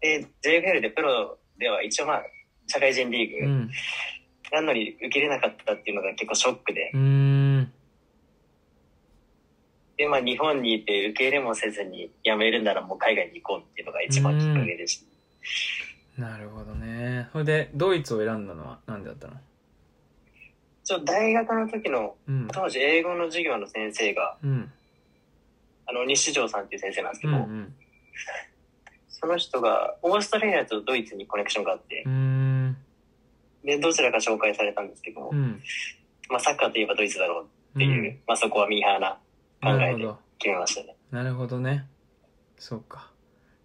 Speaker 2: で JFL でプロでは一応まあ社会人リ
Speaker 1: う
Speaker 2: ーグ
Speaker 1: ん
Speaker 2: なのに受けれなかったっていうのが結構ショックで
Speaker 1: うーん
Speaker 2: で、まあ、日本にいて受け入れもせずに辞めるならもう海外に行こうっていうのが一番きっかけでした。
Speaker 1: なるほどねそれでドイツを選んだのは何でだったの
Speaker 2: ちょ大学の時の
Speaker 1: うん
Speaker 2: 当時英語の授業の先生が
Speaker 1: うん
Speaker 2: あの西条さんっていう先生なんですけ
Speaker 1: う
Speaker 2: ど、
Speaker 1: ん
Speaker 2: その人がオーストラリアとドイツにコネクションがあって
Speaker 1: うんうーん
Speaker 2: でどちらか紹介されたんですけども、
Speaker 1: うん
Speaker 2: まあ、サッカーといえばドイツだろうって
Speaker 1: う
Speaker 2: いう、
Speaker 1: ん
Speaker 2: まあ、そこはミーハーな考
Speaker 1: な
Speaker 2: え
Speaker 1: るほ
Speaker 2: で
Speaker 1: ど
Speaker 2: 決めましたね。
Speaker 1: なるほどねそうか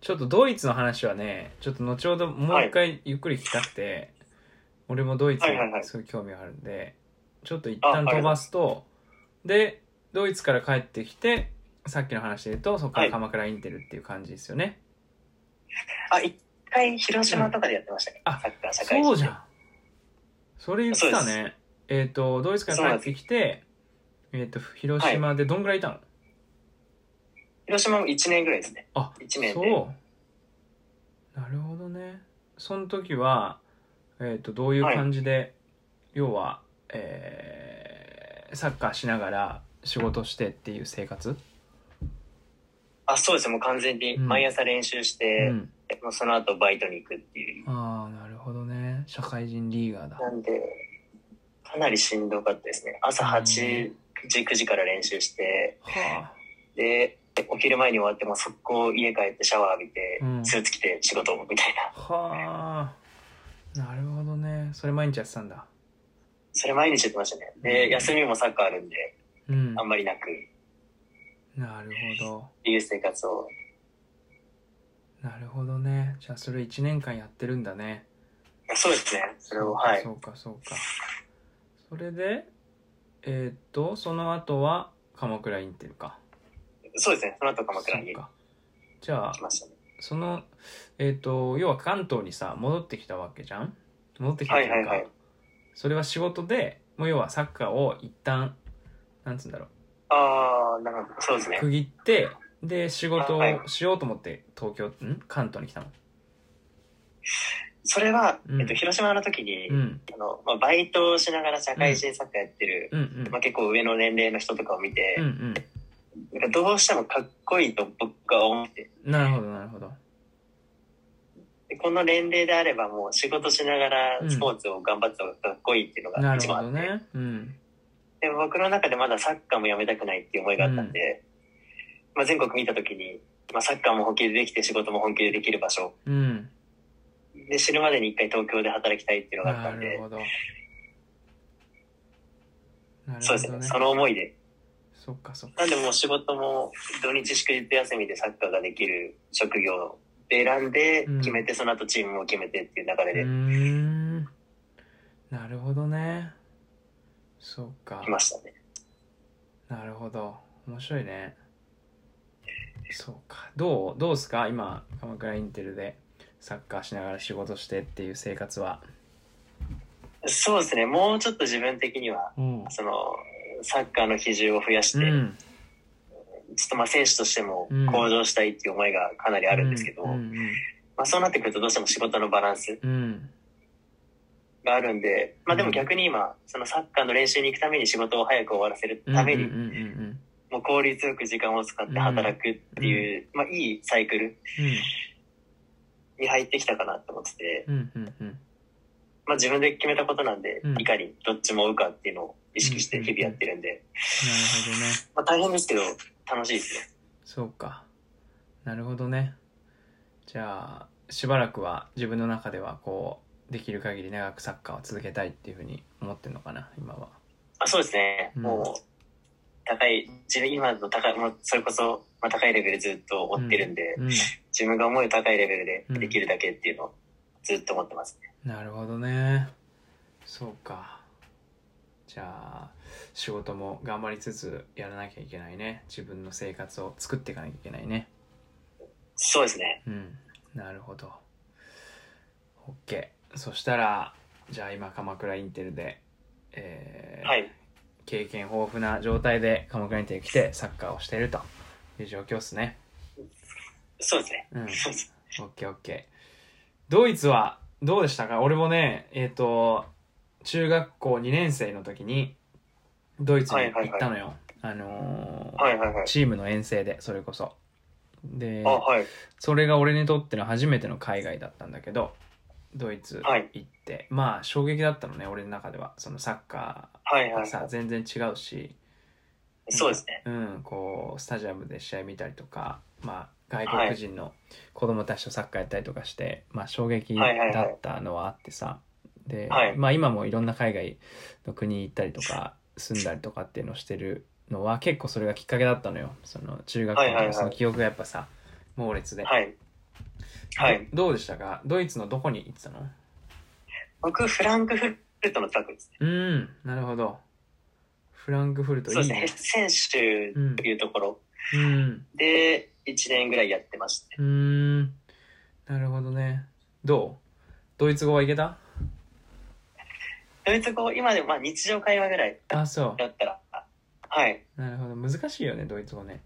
Speaker 1: ちょっとドイツの話はねちょっと後ほどもう一回ゆっくり聞きたくて、俺もドイツ
Speaker 2: はいはいは
Speaker 1: に
Speaker 2: い
Speaker 1: すごい興味があるんでちょっと一
Speaker 2: ああ
Speaker 1: 旦
Speaker 2: りがと
Speaker 1: 飛
Speaker 2: う
Speaker 1: ばすとでドイツから帰ってきてさっきの話で言うとそこか
Speaker 2: は
Speaker 1: ら
Speaker 2: い
Speaker 1: 鎌倉インテルっていう感じですよね、
Speaker 2: あ、一回広島とかでやってましたね。
Speaker 1: うんあ
Speaker 2: サッカー社会人。
Speaker 1: そうじゃんそれ言ってた
Speaker 2: そう
Speaker 1: ねえっ、とドイツから帰ってきてえっ、と広島でどんぐらいいたの、
Speaker 2: 広島も1年ぐらいですね。
Speaker 1: あ
Speaker 2: 一年で
Speaker 1: そうなるほどねその時は、えー、とどういう感じで、要は、えーサッカーしながら仕事してっていう生活、
Speaker 2: あ、そうですね。もう完全に
Speaker 1: うん
Speaker 2: 毎朝練習して、
Speaker 1: うん、
Speaker 2: もうその後バイトに行くっていう。
Speaker 1: ああ、なるほどね。社会人リーガーだ。
Speaker 2: なんで、かなりしんどかったですね。朝8時、9時から練習して、
Speaker 1: はあ。
Speaker 2: で、お昼前に終わっても速攻家帰ってシャワー浴びて
Speaker 1: う、ん
Speaker 2: スーツ着て仕事みたいな。
Speaker 1: はあ。なるほどね。それ毎日やってたんだ。
Speaker 2: それ毎日やってましたね。で、休みもサッカーあるんで、
Speaker 1: うん
Speaker 2: あ。んまりなく、っ
Speaker 1: なるほど。
Speaker 2: ていう生活を。
Speaker 1: なるほどね。じゃあそれ1年間やってるんだね。
Speaker 2: そうですね。それを、はい
Speaker 1: そ。うかそうか。それで、えーっと、その後は鎌倉院っていうか。
Speaker 2: そうですね。その後鎌倉に
Speaker 1: そう
Speaker 2: 行
Speaker 1: かじゃあ
Speaker 2: き、ましたね。
Speaker 1: その、えーっと、要は関東にさ、戻ってきたわけじゃん戻ってきたというか、
Speaker 2: はいはいはい
Speaker 1: それは仕事で、もう要はサッカーを一旦、なんつうんだろ
Speaker 2: あー、なるほど。そうです
Speaker 1: う、
Speaker 2: ね。
Speaker 1: 区切って、で、仕事
Speaker 2: はい
Speaker 1: をしようと思って、東京、ん関東に来たの。
Speaker 2: それは、
Speaker 1: うん
Speaker 2: えっと、広島の時に、
Speaker 1: うん。
Speaker 2: あの、まあ、バイトをしながら社会人サッカーやってる、
Speaker 1: うんうん
Speaker 2: まあ、。結構上の年齢の人とかを見て
Speaker 1: う、ん
Speaker 2: なんかどうしてもかっこいいと僕は思って、
Speaker 1: うん。なるほど、なるほど。
Speaker 2: でこの年齢であればもう仕事しながら
Speaker 1: うん
Speaker 2: スポーツを頑張ってもかっこいいっていうのが
Speaker 1: な
Speaker 2: 一
Speaker 1: るほ
Speaker 2: 番あ
Speaker 1: ど
Speaker 2: って、
Speaker 1: ね。うん。
Speaker 2: でも僕の中でまだサッカーもやめたくないっていう思いがあったんで、まあ、全国見た時に、まあ、サッカーも本気でできて仕事も本気でできる場所
Speaker 1: うん。
Speaker 2: で死ぬまでに一回東京で働きたいっていうのがあった
Speaker 1: なんる
Speaker 2: で、
Speaker 1: ほど。な
Speaker 2: そう
Speaker 1: るほ
Speaker 2: です
Speaker 1: ど
Speaker 2: ね
Speaker 1: ね。
Speaker 2: その思いで
Speaker 1: そっかそっか。
Speaker 2: なんでもう仕事も土日祝日休みでサッカーができる職業で選んで
Speaker 1: うん
Speaker 2: 決めて、その後チームも決めてっていう流れ
Speaker 1: うー
Speaker 2: で
Speaker 1: ん。なるほどね。そっか
Speaker 2: 来。ましたね。
Speaker 1: なるほど。面白いね。そうか。どうどうすか今、鎌倉インテルでサッカーしながら仕事してっていう生活は。
Speaker 2: そうですね。もうちょっと自分的には、
Speaker 1: うん。
Speaker 2: その、サッカーの比重を増やし
Speaker 1: う
Speaker 2: て、
Speaker 1: ん。
Speaker 2: ちょっとまあ選手としても
Speaker 1: うん
Speaker 2: 向上したいっていう思いがかなりあるんですけど、
Speaker 1: うん。
Speaker 2: まあそうなってくるとどうしても仕事のバランス
Speaker 1: うんうん。
Speaker 2: があるんで、まあでも逆に今、そのサッカーの練習に行くために仕事を早く終わらせる
Speaker 1: うん
Speaker 2: ため
Speaker 1: うん
Speaker 2: に、
Speaker 1: うんうん
Speaker 2: もう効率よく時間を使って働くっていう、まあいいサイクルに入ってきたかなと思ってて、
Speaker 1: うん。うんうんうん。
Speaker 2: まあ、自分で決めたことなんで、
Speaker 1: うん
Speaker 2: いかにどっちも合うかっていうのを意識して
Speaker 1: うん
Speaker 2: 日々やってるんで、
Speaker 1: なるほどね。
Speaker 2: まあ、大変ですけど楽しいですね
Speaker 1: そうか。なるほどね。じゃあ、しばらくは自分の中ではこう、できる限り長くサッカーを続けたいっていうふうに思ってるのかな、今は。
Speaker 2: あそうですね、
Speaker 1: うん
Speaker 2: もう高い自分今の高いもうそれこそ、まあ、高いレベルずっと追ってるんで、
Speaker 1: うん。
Speaker 2: 自分が思う高いレベルでできるだけっていうのをずっと思ってますね、
Speaker 1: なるほどね。そうか。じゃあ、仕事も頑張りつつやらなきゃいけないね。自分の生活を作っていかなきゃいけないね。
Speaker 2: そうですね
Speaker 1: うん。なるほど。OK。そしたら、じゃあ今、鎌倉インテルで、えー
Speaker 2: はい
Speaker 1: 経験豊富な状態で鎌倉に来てサッカーをしているという状況ですね。
Speaker 2: そうですね、。
Speaker 1: うん
Speaker 2: そうです
Speaker 1: オッケーオッケー。ドイツはどうでしたか俺もね、えっ、と、中学校2年生の時にドイツに行ったのよ。あのー
Speaker 2: はいはいはい
Speaker 1: チームの遠征で、それこそ。で
Speaker 2: あ、はい
Speaker 1: それが俺にとっての初めての海外だったんだけど、ドイツ
Speaker 2: はい
Speaker 1: 行って、まあ衝撃だったのね、俺の中では。そのサッカ
Speaker 2: はい
Speaker 1: ー
Speaker 2: は
Speaker 1: が
Speaker 2: い
Speaker 1: さ、全然違うし、
Speaker 2: そうですね
Speaker 1: うん、こうスタジアムで試合見たりとか、まあ、外国人の子供たちとサッカーやったりとかして、まあ、衝撃
Speaker 2: はいはいはい
Speaker 1: だったのはあってさ、で、
Speaker 2: はい
Speaker 1: まあ、今もいろんな海外の国行ったりとか住んだりとかっていうのをしてるのは結構それがきっかけだったのよその中学校
Speaker 2: はいはいは
Speaker 1: の
Speaker 2: い
Speaker 1: その記憶がやっぱさ猛烈で、
Speaker 2: はいはい
Speaker 1: どどうでしたかドイツのどこに行ってたの
Speaker 2: 僕フランクフルトの近くですね
Speaker 1: うんなるほどフランクフルト
Speaker 2: そう
Speaker 1: い
Speaker 2: で
Speaker 1: い
Speaker 2: すねヘ
Speaker 1: ね
Speaker 2: ッセン州というところ、
Speaker 1: うん
Speaker 2: で、1年ぐらいやってましたね。
Speaker 1: うーんなるほどねどうドイツ語はいけた
Speaker 2: ドイツ語、今でもまあ日常会話ぐらい
Speaker 1: あそ
Speaker 2: だったら、はい。
Speaker 1: うなるほど難しいよねドイツ語ね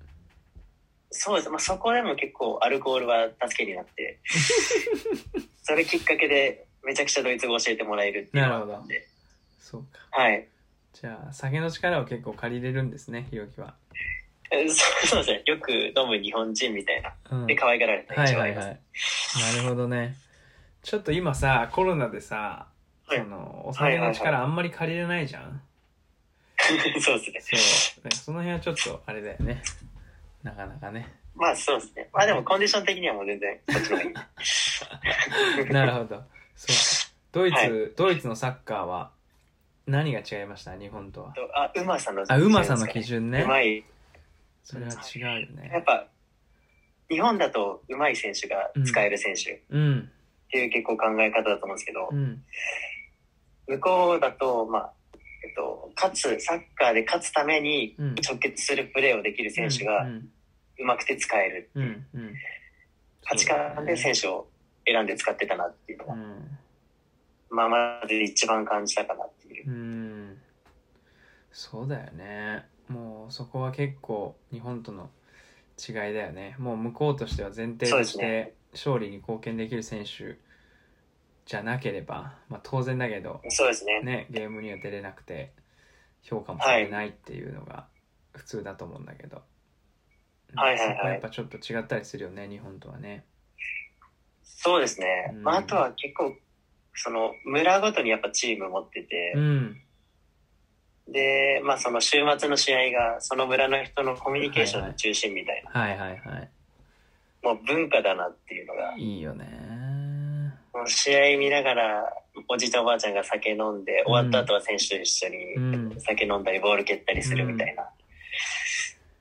Speaker 2: そうです。まあそこでも結構アルコールは助けに なって、それきっかけでめちゃくちゃドイツ語教えてもらえるっていうのがあったんで、
Speaker 1: そうか
Speaker 2: はい。
Speaker 1: じゃあ酒の力を結構借りれるんですねひろきは
Speaker 2: えそうそうですね。よく飲む日本人みたいな。
Speaker 1: うん
Speaker 2: で、可愛がられた
Speaker 1: はい
Speaker 2: 印象
Speaker 1: は
Speaker 2: あ
Speaker 1: い
Speaker 2: り
Speaker 1: は
Speaker 2: ま
Speaker 1: い。
Speaker 2: す。
Speaker 1: なるほどね。ちょっと今さ、コロナでさ、
Speaker 2: はい
Speaker 1: その、お酒の力あんまり借りれないじゃん。
Speaker 2: そうですね。
Speaker 1: そう。ねその辺はちょっと、あれだよね。なかなかね。
Speaker 2: まあそうですね。まあでもコンディション的にはもう全然こっちの方が いい。
Speaker 1: なるほど。そう。ドイツ、
Speaker 2: はい
Speaker 1: ドイツのサッカーは何が違いました日本とは。
Speaker 2: あ、うまさの。
Speaker 1: あ、うまさの基準ね
Speaker 2: う。まい。
Speaker 1: それは違うよ
Speaker 2: やっ
Speaker 1: ね。
Speaker 2: ぱ、日本だとうまい選手が使える選手っ
Speaker 1: うん。
Speaker 2: ていう結構考え方だと思うんですけど
Speaker 1: う、ん。
Speaker 2: 向こうだと、まあ、えっと、勝つ、サッカーで勝つために
Speaker 1: うん。
Speaker 2: 直結するプレーをできる選手
Speaker 1: う
Speaker 2: が
Speaker 1: ん。
Speaker 2: うまくて使える。
Speaker 1: うん。うん。
Speaker 2: 価値観で選手を選んで使ってたなっていうの
Speaker 1: う
Speaker 2: は、
Speaker 1: ん。
Speaker 2: まあまず一番感じたかなっていう
Speaker 1: う。んそうだよねもうそこは結構日本との違いだよねもう向こうとしては前提
Speaker 2: そう
Speaker 1: と
Speaker 2: で
Speaker 1: し
Speaker 2: す
Speaker 1: て
Speaker 2: ね
Speaker 1: 勝利に貢献できる選手じゃなければ、まあ、当然だけど、
Speaker 2: そうですね。
Speaker 1: ね、ゲームには出れなくて評価もされないっていうのが普通だと思うんだけど、
Speaker 2: はいはいはい
Speaker 1: そこはやっぱちょっと違ったりするよね日本とはね。
Speaker 2: そうですね
Speaker 1: うん。
Speaker 2: まああとは結構、その村ごとにやっぱチーム持ってて
Speaker 1: う、ん、
Speaker 2: で、まあその週末の試合がその村の人のコミュニケーションの中心みたいな、
Speaker 1: はいはいは
Speaker 2: もう文化だなっていうのが、
Speaker 1: いいいよね。
Speaker 2: もう試合見ながらおじいとおばあちゃんが酒飲んで、終わった後は選手と一緒
Speaker 1: うん
Speaker 2: に酒飲んだりボール蹴ったりするみたいな、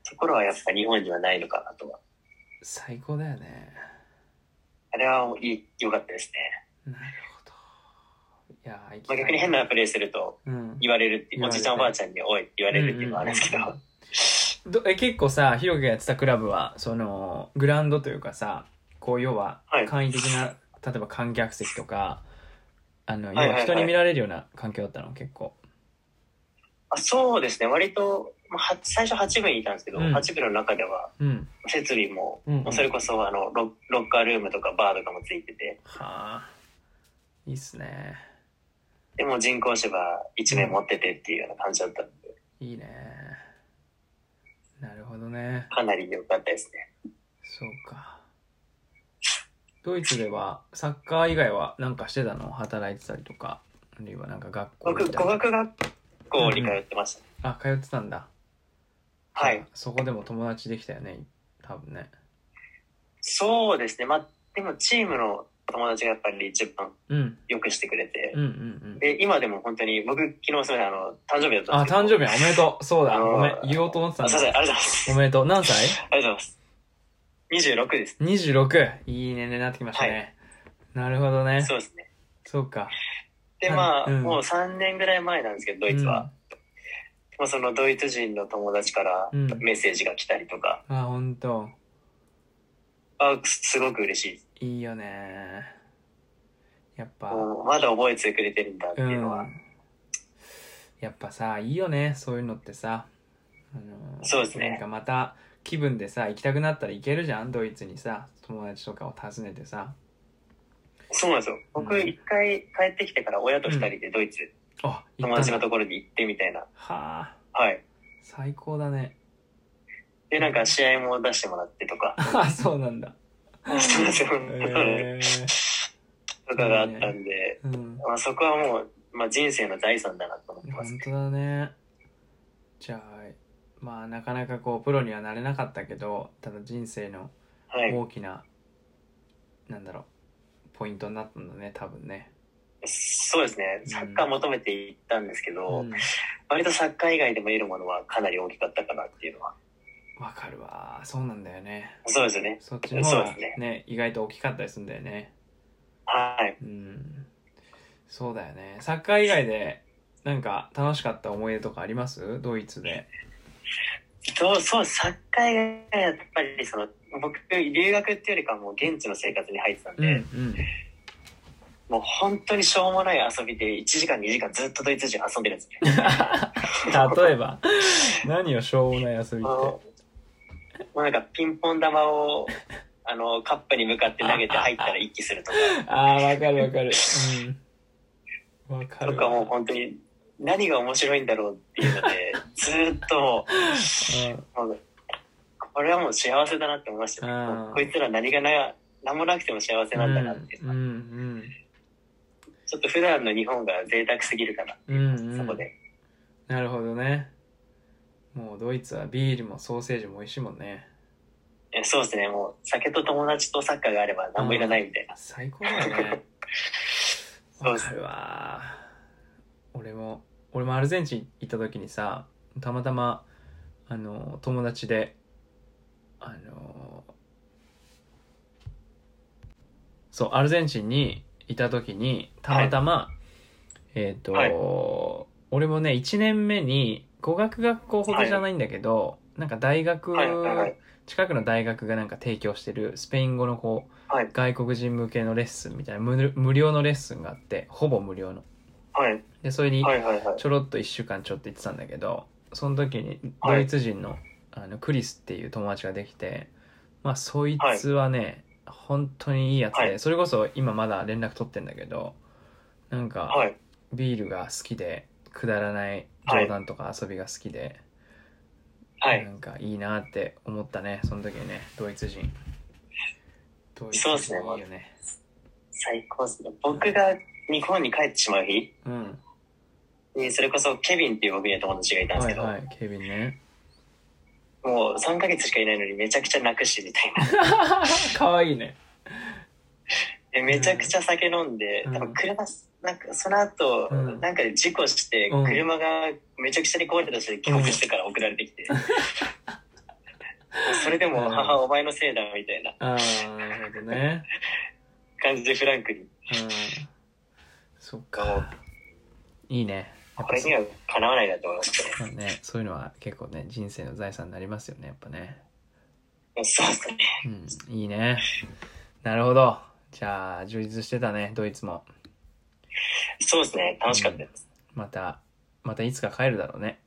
Speaker 2: ところはやっぱ日本にはないのかなとは。
Speaker 1: 最高だよね。
Speaker 2: あれはもういい良かったですね。
Speaker 1: なるほど。いやー、行き
Speaker 2: まあ、逆に変なプレーすると
Speaker 1: うん、
Speaker 2: 言われるって、
Speaker 1: 言わ
Speaker 2: お
Speaker 1: れる
Speaker 2: じいちゃんおばあちゃんにおいって言われるっていうのはあるんですけど、
Speaker 1: うんうんうんどえ結構さ、ヒロキがやってたクラブは、その、グラウンドというかさ、こう、要は
Speaker 2: は、い
Speaker 1: 簡易的な、例えば観客席とか、あの、要
Speaker 2: はいはい
Speaker 1: は
Speaker 2: はい
Speaker 1: 人に見られるような環境だったの、結構。
Speaker 2: あそうですね割と、まあ、は最初8部にいたんですけど、
Speaker 1: うん
Speaker 2: 8部の中では
Speaker 1: うん。
Speaker 2: 設備も、
Speaker 1: うんうん
Speaker 2: もうそれこそあのロロッカールームとかバーとかもついてて
Speaker 1: はあ。いいっすね。
Speaker 2: でもう人工芝1面持っててっていうような感じだったんで
Speaker 1: いいね。なるほどね。
Speaker 2: かなり良かったですね
Speaker 1: そうか。ドイツでは、サッカー以外はなんかしてたの働いてたりとか、あるいはなんか学校行っ
Speaker 2: 僕
Speaker 1: たりと
Speaker 2: 語
Speaker 1: か
Speaker 2: 学学校に通ってました、
Speaker 1: あ、通ってたんだ。
Speaker 2: は
Speaker 1: じゃ
Speaker 2: い
Speaker 1: あ。そこでも友達できたよね、多分ね。
Speaker 2: そうですねまあでもチームの友達がやっぱり一番
Speaker 1: うん。
Speaker 2: よくしてくれて、
Speaker 1: うんうんうん。
Speaker 2: で今でも本当に僕昨日すみませんあの誕生日だったん
Speaker 1: あ、
Speaker 2: ですけど
Speaker 1: 誕生日やおめでとう。そうだ、
Speaker 2: あのー
Speaker 1: ごめん。言おうと思ってたん
Speaker 2: あすいません
Speaker 1: だ。
Speaker 2: ありがとうございます
Speaker 1: おめでとう。何歳
Speaker 2: ありがとうございます26です
Speaker 1: ?26。いい年齢になってきましたね。なるほどね。
Speaker 2: そうですね
Speaker 1: そうか。
Speaker 2: で
Speaker 1: はい
Speaker 2: まあ、
Speaker 1: うん
Speaker 2: もう3年ぐらい前なんですけどドイツは、もうそのドイツ人の友達から
Speaker 1: うん
Speaker 2: メッセージが来たりとか、
Speaker 1: うん。あ、ほんと。
Speaker 2: あすごく嬉しいです
Speaker 1: いいよね。やっぱ、
Speaker 2: もうまだ覚えてくれてるんだって
Speaker 1: う
Speaker 2: いうのは、
Speaker 1: ん。やっぱさ、いいよね。そういうのってさ。あのー
Speaker 2: そうですね
Speaker 1: なんかまた気分でさ、行きたくなったら行けるじゃん。ドイツにさ、友達とかを訪ねてさ。
Speaker 2: そうなんですよ
Speaker 1: う
Speaker 2: 僕
Speaker 1: ん
Speaker 2: 一回帰ってきてから親と二人でドイツ、
Speaker 1: あ、行
Speaker 2: 友
Speaker 1: ったん
Speaker 2: 達
Speaker 1: だ
Speaker 2: のところに行ってみたいな
Speaker 1: はあ
Speaker 2: はい
Speaker 1: 最高だね
Speaker 2: でなんか試合も出してもらってとか
Speaker 1: あそうなんだ
Speaker 2: そうなんですよ
Speaker 1: え
Speaker 2: とかがあったんで、
Speaker 1: ー、うん
Speaker 2: まあ、そこはもう、まあ、人生の財産だなと思ってます
Speaker 1: 本当だねじゃあまあなかなかこうプロにはなれなかったけどただ人生の
Speaker 2: はい
Speaker 1: 大きな、なんだろうポイントになったんだね多分ね、
Speaker 2: そうですねサッカー求めていったんですけ
Speaker 1: う
Speaker 2: ど、
Speaker 1: ん、
Speaker 2: 割とサッカー以外でも得るものはかなり大きかったかなっていうのは
Speaker 1: わかるわそうなんだよね
Speaker 2: そうですよね
Speaker 1: そっちの方が
Speaker 2: そうです
Speaker 1: ね意外と大きかったりするんだよね
Speaker 2: はい
Speaker 1: うんそうだよねサッカー以外でなんか楽しかった思い出とかありますドイツで
Speaker 2: そうそうサッカーがやっぱりその僕留学っていうよりかはもう現地の生活に入ってたん
Speaker 1: うん
Speaker 2: で、
Speaker 1: うん
Speaker 2: もう本当にしょうもない遊びで1時間2時間ずっとドイツ人遊んでるんです ね
Speaker 1: 例えば何をしょうもない遊び
Speaker 2: あ
Speaker 1: っ
Speaker 2: のもうなんかピンポン玉をあのカップに向かって投げて入ったら一気するとか
Speaker 1: てああわかるわかるうんわか
Speaker 2: と
Speaker 1: る
Speaker 2: か
Speaker 1: わ
Speaker 2: もう本当に 何が面白いんだろうっていうのでずっと
Speaker 1: う
Speaker 2: もうこれはもう幸せだなって思いましたね
Speaker 1: あー
Speaker 2: もうこいつら何がな何もなくても幸せなんだなって、
Speaker 1: うんうん
Speaker 2: ちょっと普段の日本が贅沢すぎるかな、
Speaker 1: うんうん
Speaker 2: そこで
Speaker 1: なるほどねもうドイツはビールもソーセージも美味しいもんね
Speaker 2: えそうですねもう酒と友達とサッカーがあれば何もいらないみたいな、
Speaker 1: 最高だよね
Speaker 2: そう
Speaker 1: わ
Speaker 2: っす
Speaker 1: かるわ俺も俺もアルゼンチン行った時にさたまたまあの友達であのそうアルゼンチンにいた時にたまたま、えっ、と、
Speaker 2: はい
Speaker 1: 俺もね1年目に語学学校ほどじゃないんだけど、なんか大学、
Speaker 2: はいはいはい
Speaker 1: 近くの大学がなんか提供してるスペイン語のこう
Speaker 2: はい
Speaker 1: 外国人向けのレッスンみたいな無無料のレッスンがあってほぼ無料の
Speaker 2: はい
Speaker 1: でそれに
Speaker 2: はいはいはい
Speaker 1: ちょろっと1週間ちょっと行ってたんだけどその時にドイツ人の,、あのクリスっていう友達ができてまあそいつはね、本当にいいやつで、
Speaker 2: はい
Speaker 1: それこそ今まだ連絡取ってんだけどなんか、
Speaker 2: はい
Speaker 1: ビールが好きでくだらない冗談とか遊びが好きで、
Speaker 2: はい
Speaker 1: なんかいいなって思ったねその時にねドイツ人ドイツ
Speaker 2: そうっ
Speaker 1: 人
Speaker 2: すね
Speaker 1: いいよね
Speaker 2: 最高ですね僕が日本に帰ってしまう日
Speaker 1: うん
Speaker 2: にそれこそケビンっていう僕の友達がいたん
Speaker 1: は
Speaker 2: ですけ
Speaker 1: い
Speaker 2: ど、
Speaker 1: はいケビンね
Speaker 2: もう3ヶ月しかいないのにめちゃくちゃ泣くしみたい な
Speaker 1: かわいいね
Speaker 2: でめちゃくちゃ酒飲んで、
Speaker 1: うん
Speaker 2: 多分車なんかその後、
Speaker 1: うん
Speaker 2: なんかで事故して
Speaker 1: うん
Speaker 2: 車がめちゃくちゃに壊れたし帰国してから送られてき て、それで
Speaker 1: う
Speaker 2: も
Speaker 1: ん
Speaker 2: 母お前のせいだみたいな
Speaker 1: ああなるほどね
Speaker 2: 感じでフランクに
Speaker 1: うんそっかいいねやっ
Speaker 2: こ
Speaker 1: ぱ
Speaker 2: れ
Speaker 1: そ
Speaker 2: にはかなわないなと思いましたね
Speaker 1: う,、ね、そういうのは結構ね人生の財産になりますよねやっぱね
Speaker 2: そうですね
Speaker 1: うんいいねなるほどじゃあ充実してたねドイツも
Speaker 2: そうですね楽しかったです、
Speaker 1: またまたいつか帰るだろうね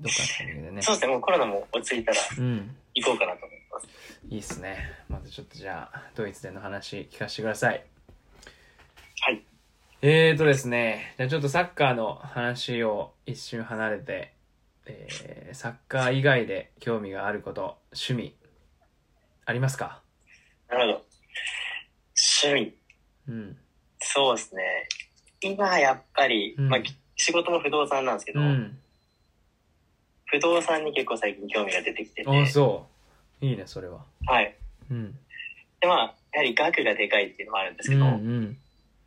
Speaker 1: どっかのタイミングでね
Speaker 2: そうですねもうコロナも落ち着いたら
Speaker 1: うん
Speaker 2: 行こうかなと思います
Speaker 1: いいっすねまたちょっとじゃあドイツでの話聞かせてください
Speaker 2: はい
Speaker 1: えーとですねじゃあちょっとサッカーの話を一瞬離れて、えーサッカー以外で興味があること趣味ありますか
Speaker 2: なるほど趣味
Speaker 1: うん
Speaker 2: そうですね今やっぱり、
Speaker 1: うん
Speaker 2: まあ、仕事も不動産なんですけど、
Speaker 1: うん
Speaker 2: 不動産に結構最近興味が出てきてて、
Speaker 1: ああそういいねそれは
Speaker 2: はい。
Speaker 1: うん
Speaker 2: で、まあ、やはり額がでかいっていうのもあるんで
Speaker 1: う
Speaker 2: すけど、
Speaker 1: ん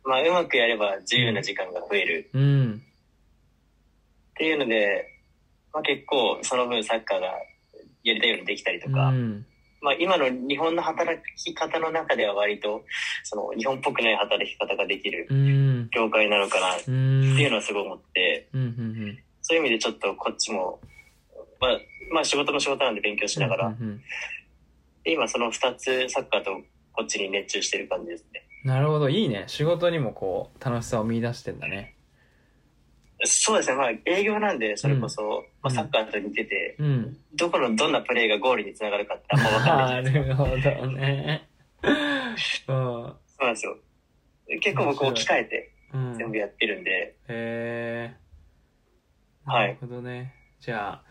Speaker 2: まあ、うまくやれば自由な時間が増える
Speaker 1: うんうん
Speaker 2: っていうので、まあ、結構その分サッカーがやりたいようにできたりと
Speaker 1: う
Speaker 2: か、
Speaker 1: ん
Speaker 2: まあ、今の日本の働き方の中では割と、その日本っぽくない働き方ができる
Speaker 1: うん
Speaker 2: 業界なのかなって
Speaker 1: うんう
Speaker 2: いうんのはすごい思って、
Speaker 1: うんうん
Speaker 2: そういう意味でちょっとこっちも、まあ、まあ仕事も仕事なんで勉強しながら、
Speaker 1: うんうんうん
Speaker 2: で今その2つサッカーとこっちに熱中してる感じですね。
Speaker 1: なるほどいいね仕事にもこう楽しさを見出してんだね
Speaker 2: そうですね、まあ、営業なんで、それこそ、まあ、サッカーと似てて、
Speaker 1: うん
Speaker 2: どこのどんなプレーがゴールにつながるかってあんま分かんないじゃ
Speaker 1: ない
Speaker 2: な
Speaker 1: る
Speaker 2: ですか。
Speaker 1: ほど ねうん
Speaker 2: そうなんですよ。結構僕
Speaker 1: 面
Speaker 2: 置き
Speaker 1: 白
Speaker 2: 換えて
Speaker 1: うん
Speaker 2: 全部やってるんで、
Speaker 1: へえ
Speaker 2: は
Speaker 1: ないるほどねじゃあ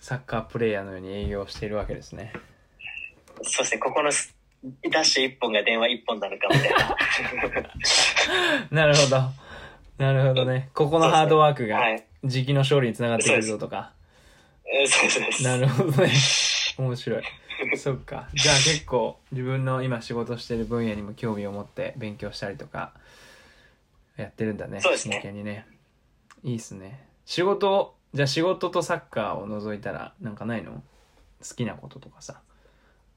Speaker 1: サッカープレイヤーのように営業しているわけですね
Speaker 2: そうですね、ここのスダッシュ1本が電話1本なのかみたいな。
Speaker 1: なるほどなるほどねここのハードワーク
Speaker 2: は
Speaker 1: が
Speaker 2: い。
Speaker 1: 時期の勝利につながってくるぞとか
Speaker 2: えーそうですそうです。
Speaker 1: なるほどね面白いそっかじゃあ結構自分の今仕事してる分野にも興味を持って勉強したりとかやってるんだね
Speaker 2: そうですね
Speaker 1: 真剣にねいいっすね仕事をじゃあ仕事とサッカーを除いたらなんかないの好きなこととかさ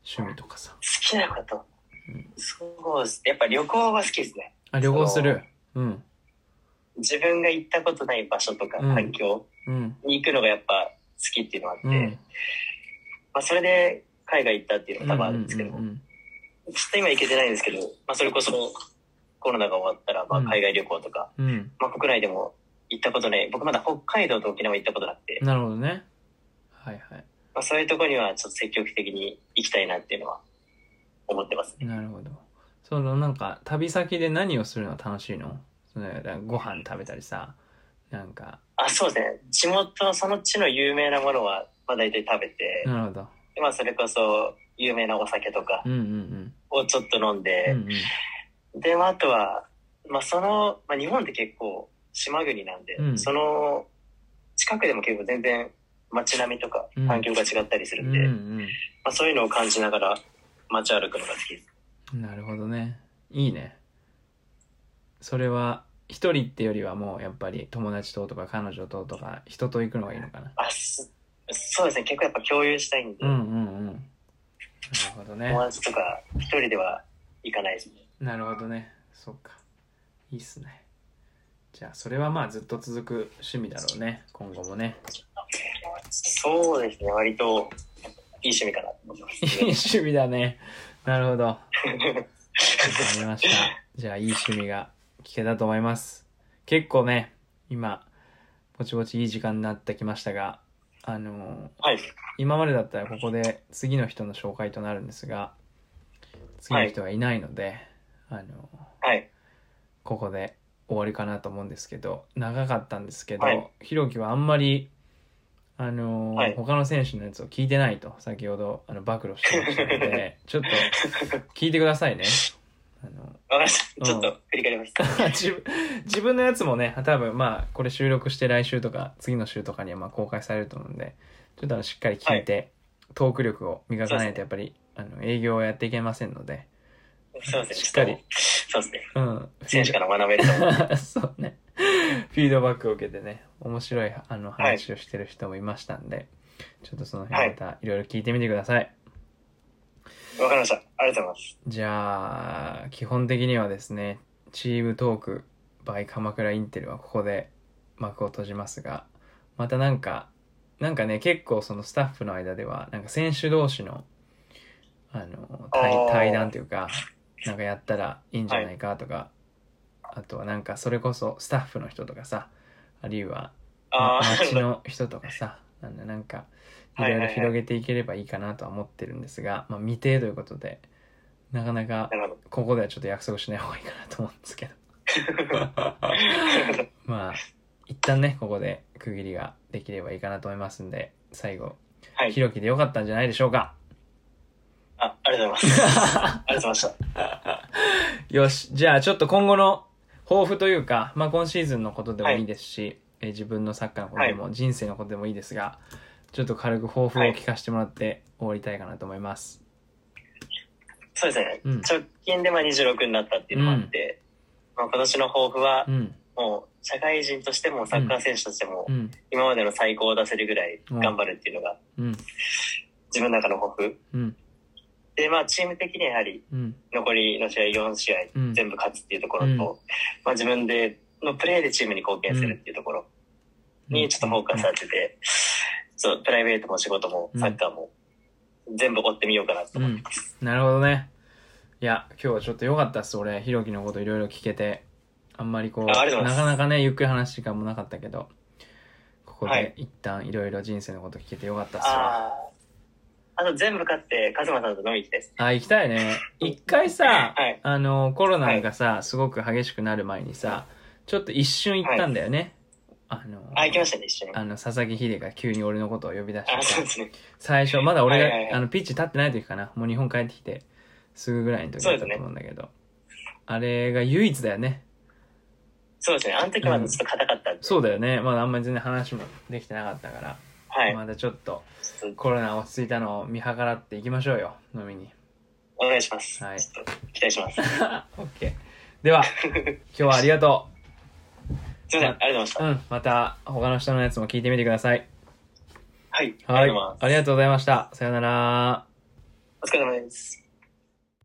Speaker 1: 趣味とかさ
Speaker 2: 好きなこと
Speaker 1: うん。
Speaker 2: そうですね。やっぱ旅行は好きですね。
Speaker 1: あ旅行するうん
Speaker 2: 自分が行ったことない場所とか
Speaker 1: うん
Speaker 2: 環境
Speaker 1: うん
Speaker 2: に行くのがやっぱ好きっていうのがあって、
Speaker 1: うん
Speaker 2: まあ、それで海外行ったっていうのも多分あるんですけど、
Speaker 1: うんうん
Speaker 2: ちょっと今行けてないんですけど、まあ、それこそコロナが終わったら、まあ、
Speaker 1: うん
Speaker 2: 海外旅行とか、
Speaker 1: うんうん
Speaker 2: まあ、国内でも行ったことない僕まだ北海道と沖縄行ったことなくて、
Speaker 1: なるほどねはいはい
Speaker 2: まあ、そういうとこにはちょっと積極的に行きたいなっていうのは思ってますね
Speaker 1: なるほどそのなんか旅先で何をするのが楽しいのそのだからご飯食べたりさなんか
Speaker 2: あそうですね地元その地の有名なものは、まあ、大体食べて、
Speaker 1: なるほど
Speaker 2: でまあそれこそ有名なお酒とか
Speaker 1: うんうん
Speaker 2: をちょっと飲
Speaker 1: うん。
Speaker 2: ん
Speaker 1: う
Speaker 2: で、
Speaker 1: ん
Speaker 2: で、まあ、あとは、まあ、その、まあ、日本って結構島国なんで、
Speaker 1: うん
Speaker 2: その近くでも結構全然街並みとか
Speaker 1: うん
Speaker 2: 環境が違ったりする
Speaker 1: うんん。
Speaker 2: で、
Speaker 1: うん
Speaker 2: まあ、そういうのを感じながら街歩くのが好きです。
Speaker 1: うん。なるほどね。いいね。それは、一人ってよりはもうやっぱり友達ととか彼女ととか人と行くのがいいのかな。
Speaker 2: あすそうですね、結構やっぱ共有したいんで、
Speaker 1: うんうんうん。なるほどね
Speaker 2: 友。達とか一人では行かないですね。
Speaker 1: なるほどね。そっか。いいっすね。じゃあ、それはまあずっと続く趣味だろうね。今後もね。
Speaker 2: そうですね、割といい趣味かなと思いま
Speaker 1: いい
Speaker 2: す、ね。
Speaker 1: 趣味だね。なるほど。わかりました。じゃあ、いい趣味が聞けたと思います。結構ね、今、ぼちぼちいい時間になってきましたが、あのー
Speaker 2: はい。
Speaker 1: 今までだったらここで次の人の紹介となるんですが、次の人がいないので、あのー
Speaker 2: はい。
Speaker 1: ここで終わりかなと思うんですけど長かったんですけど、
Speaker 2: はい
Speaker 1: ひろきはあんまりあのー
Speaker 2: はい
Speaker 1: 他の選手のやつを聞いてないと先ほどあの暴露してましたの でちょっと聞いてくださいね。あの
Speaker 2: わかりました。ちょっ
Speaker 1: うん
Speaker 2: と振り返ります。
Speaker 1: 自分自分のやつもね多分まあこれ収録して来週とか次の週とかにはまあ公開されると思うんでちょっとあのしっかり聞いて、トーク力を磨かないとやっぱり、あの営業をやっていけませんので、
Speaker 2: そうですね。
Speaker 1: しっかり。
Speaker 2: そうですね。
Speaker 1: うん、
Speaker 2: 選手から学べると思 う。
Speaker 1: そうね。フィードバックを受けてね、面白いあの話をしてる人もいましたんで、ちょっとその辺またいろいろ聞いてみてください。
Speaker 2: わかりました。ありがとうございます。
Speaker 1: じゃあ、基本的にはですね、チームトーク by 鎌倉インテルはここで幕を閉じますが、またなんか、なんかね、結構そのスタッフの間では、なんか選手同士の、あの、対
Speaker 2: あー
Speaker 1: 対談というか、なんかやったらいいんじゃないかとか、あとはなんかそれこそスタッフの人とかさ、あるいは
Speaker 2: あ
Speaker 1: 街
Speaker 2: あ、
Speaker 1: の人とか さなんだなんかい
Speaker 2: はい
Speaker 1: ろ
Speaker 2: はいいは
Speaker 1: ろ
Speaker 2: い
Speaker 1: 広げていければいいかなとは思ってるんですが、まあ、未定ということでなかなか
Speaker 2: なるほど。
Speaker 1: ここではちょっと約束しない方がいいかなと思うんです けどまあ一旦ねここで区切りができればいいかなと思いますんで最後
Speaker 2: は
Speaker 1: ひ
Speaker 2: い。
Speaker 1: ろきでよかったんじゃないでしょうか
Speaker 2: あ、ありがとうござ います。ありがとうございまし
Speaker 1: よしじゃあちょっと今後の抱負というか、まあ、今シーズンのことでもいいですし、えー自分のサッカーのことでも、人生のことでもいいですがちょっと軽く抱負を聞かせてもらって終わりたいかなと思います。
Speaker 2: た。そうですね。
Speaker 1: うん
Speaker 2: 直近でまあ26になったっていうのもあって、まあ、今年の抱負は
Speaker 1: う、ん
Speaker 2: もう社会人としてもサッカー選手としても、
Speaker 1: うん
Speaker 2: 今までの最高を出せるぐらい頑張るっていうのが
Speaker 1: うん
Speaker 2: 自分の中の抱負。
Speaker 1: うん
Speaker 2: で、まあチーム的にはやはり
Speaker 1: うん
Speaker 2: 残りの試合4試合
Speaker 1: うん
Speaker 2: 全部勝つっていうところと、
Speaker 1: うん
Speaker 2: まあ自分でのプレーでチームに貢献するっていうところにちょっとフォーカスされてて、そう、プライベートも仕事もサッカーも全部追ってみようかなと思ってます。
Speaker 1: なるほどね。いや、今日はちょっと良かったっす、俺。ひろきのこといろいろ聞けて。あんまりこう、
Speaker 2: あありが
Speaker 1: ない
Speaker 2: とうござます
Speaker 1: かなかね、ゆっくり話す時間もなかったけど、ここ
Speaker 2: はい
Speaker 1: で一旦いろいろ人生のこと聞けてよかったっすわ。
Speaker 2: ああ。あと全部勝って、カズマさんと飲み行きたいです。
Speaker 1: あ、行きたいね。 一回さ、
Speaker 2: はい
Speaker 1: あの、コロナがさ、すごく激しくなる前にさ、ちょっと一瞬行ったんだよね。あの、
Speaker 2: あ、行きましたね、一緒に。
Speaker 1: あの、佐々木秀が急に俺のことを呼び出して
Speaker 2: あ、
Speaker 1: さ
Speaker 2: そうですね。
Speaker 1: 最初まだ俺が、
Speaker 2: はいはいはい
Speaker 1: あのピッチ立ってない時かなもう日本帰ってきてすぐぐらいの時だったと思うんだけど、あれが唯一だよね
Speaker 2: そうですね。あの時まだちょっと硬かったんで。
Speaker 1: そうだよねまだあんまり全然話もできてなかったから、
Speaker 2: はい。
Speaker 1: まだちょっと
Speaker 2: ちょっと
Speaker 1: コロナ落ち着いたのを見計らっていきましょうよ飲みに
Speaker 2: お願いします。
Speaker 1: はい
Speaker 2: ちょっと期待します。すい
Speaker 1: OK では今日はありがと
Speaker 2: ません、ありがとうございました
Speaker 1: う。うんまた他の人のやつも聞いてみてください
Speaker 2: はい。あ
Speaker 1: は
Speaker 2: り
Speaker 1: い
Speaker 2: がとうございます。
Speaker 1: ありがとうございましたさよなら
Speaker 2: お疲れ様です。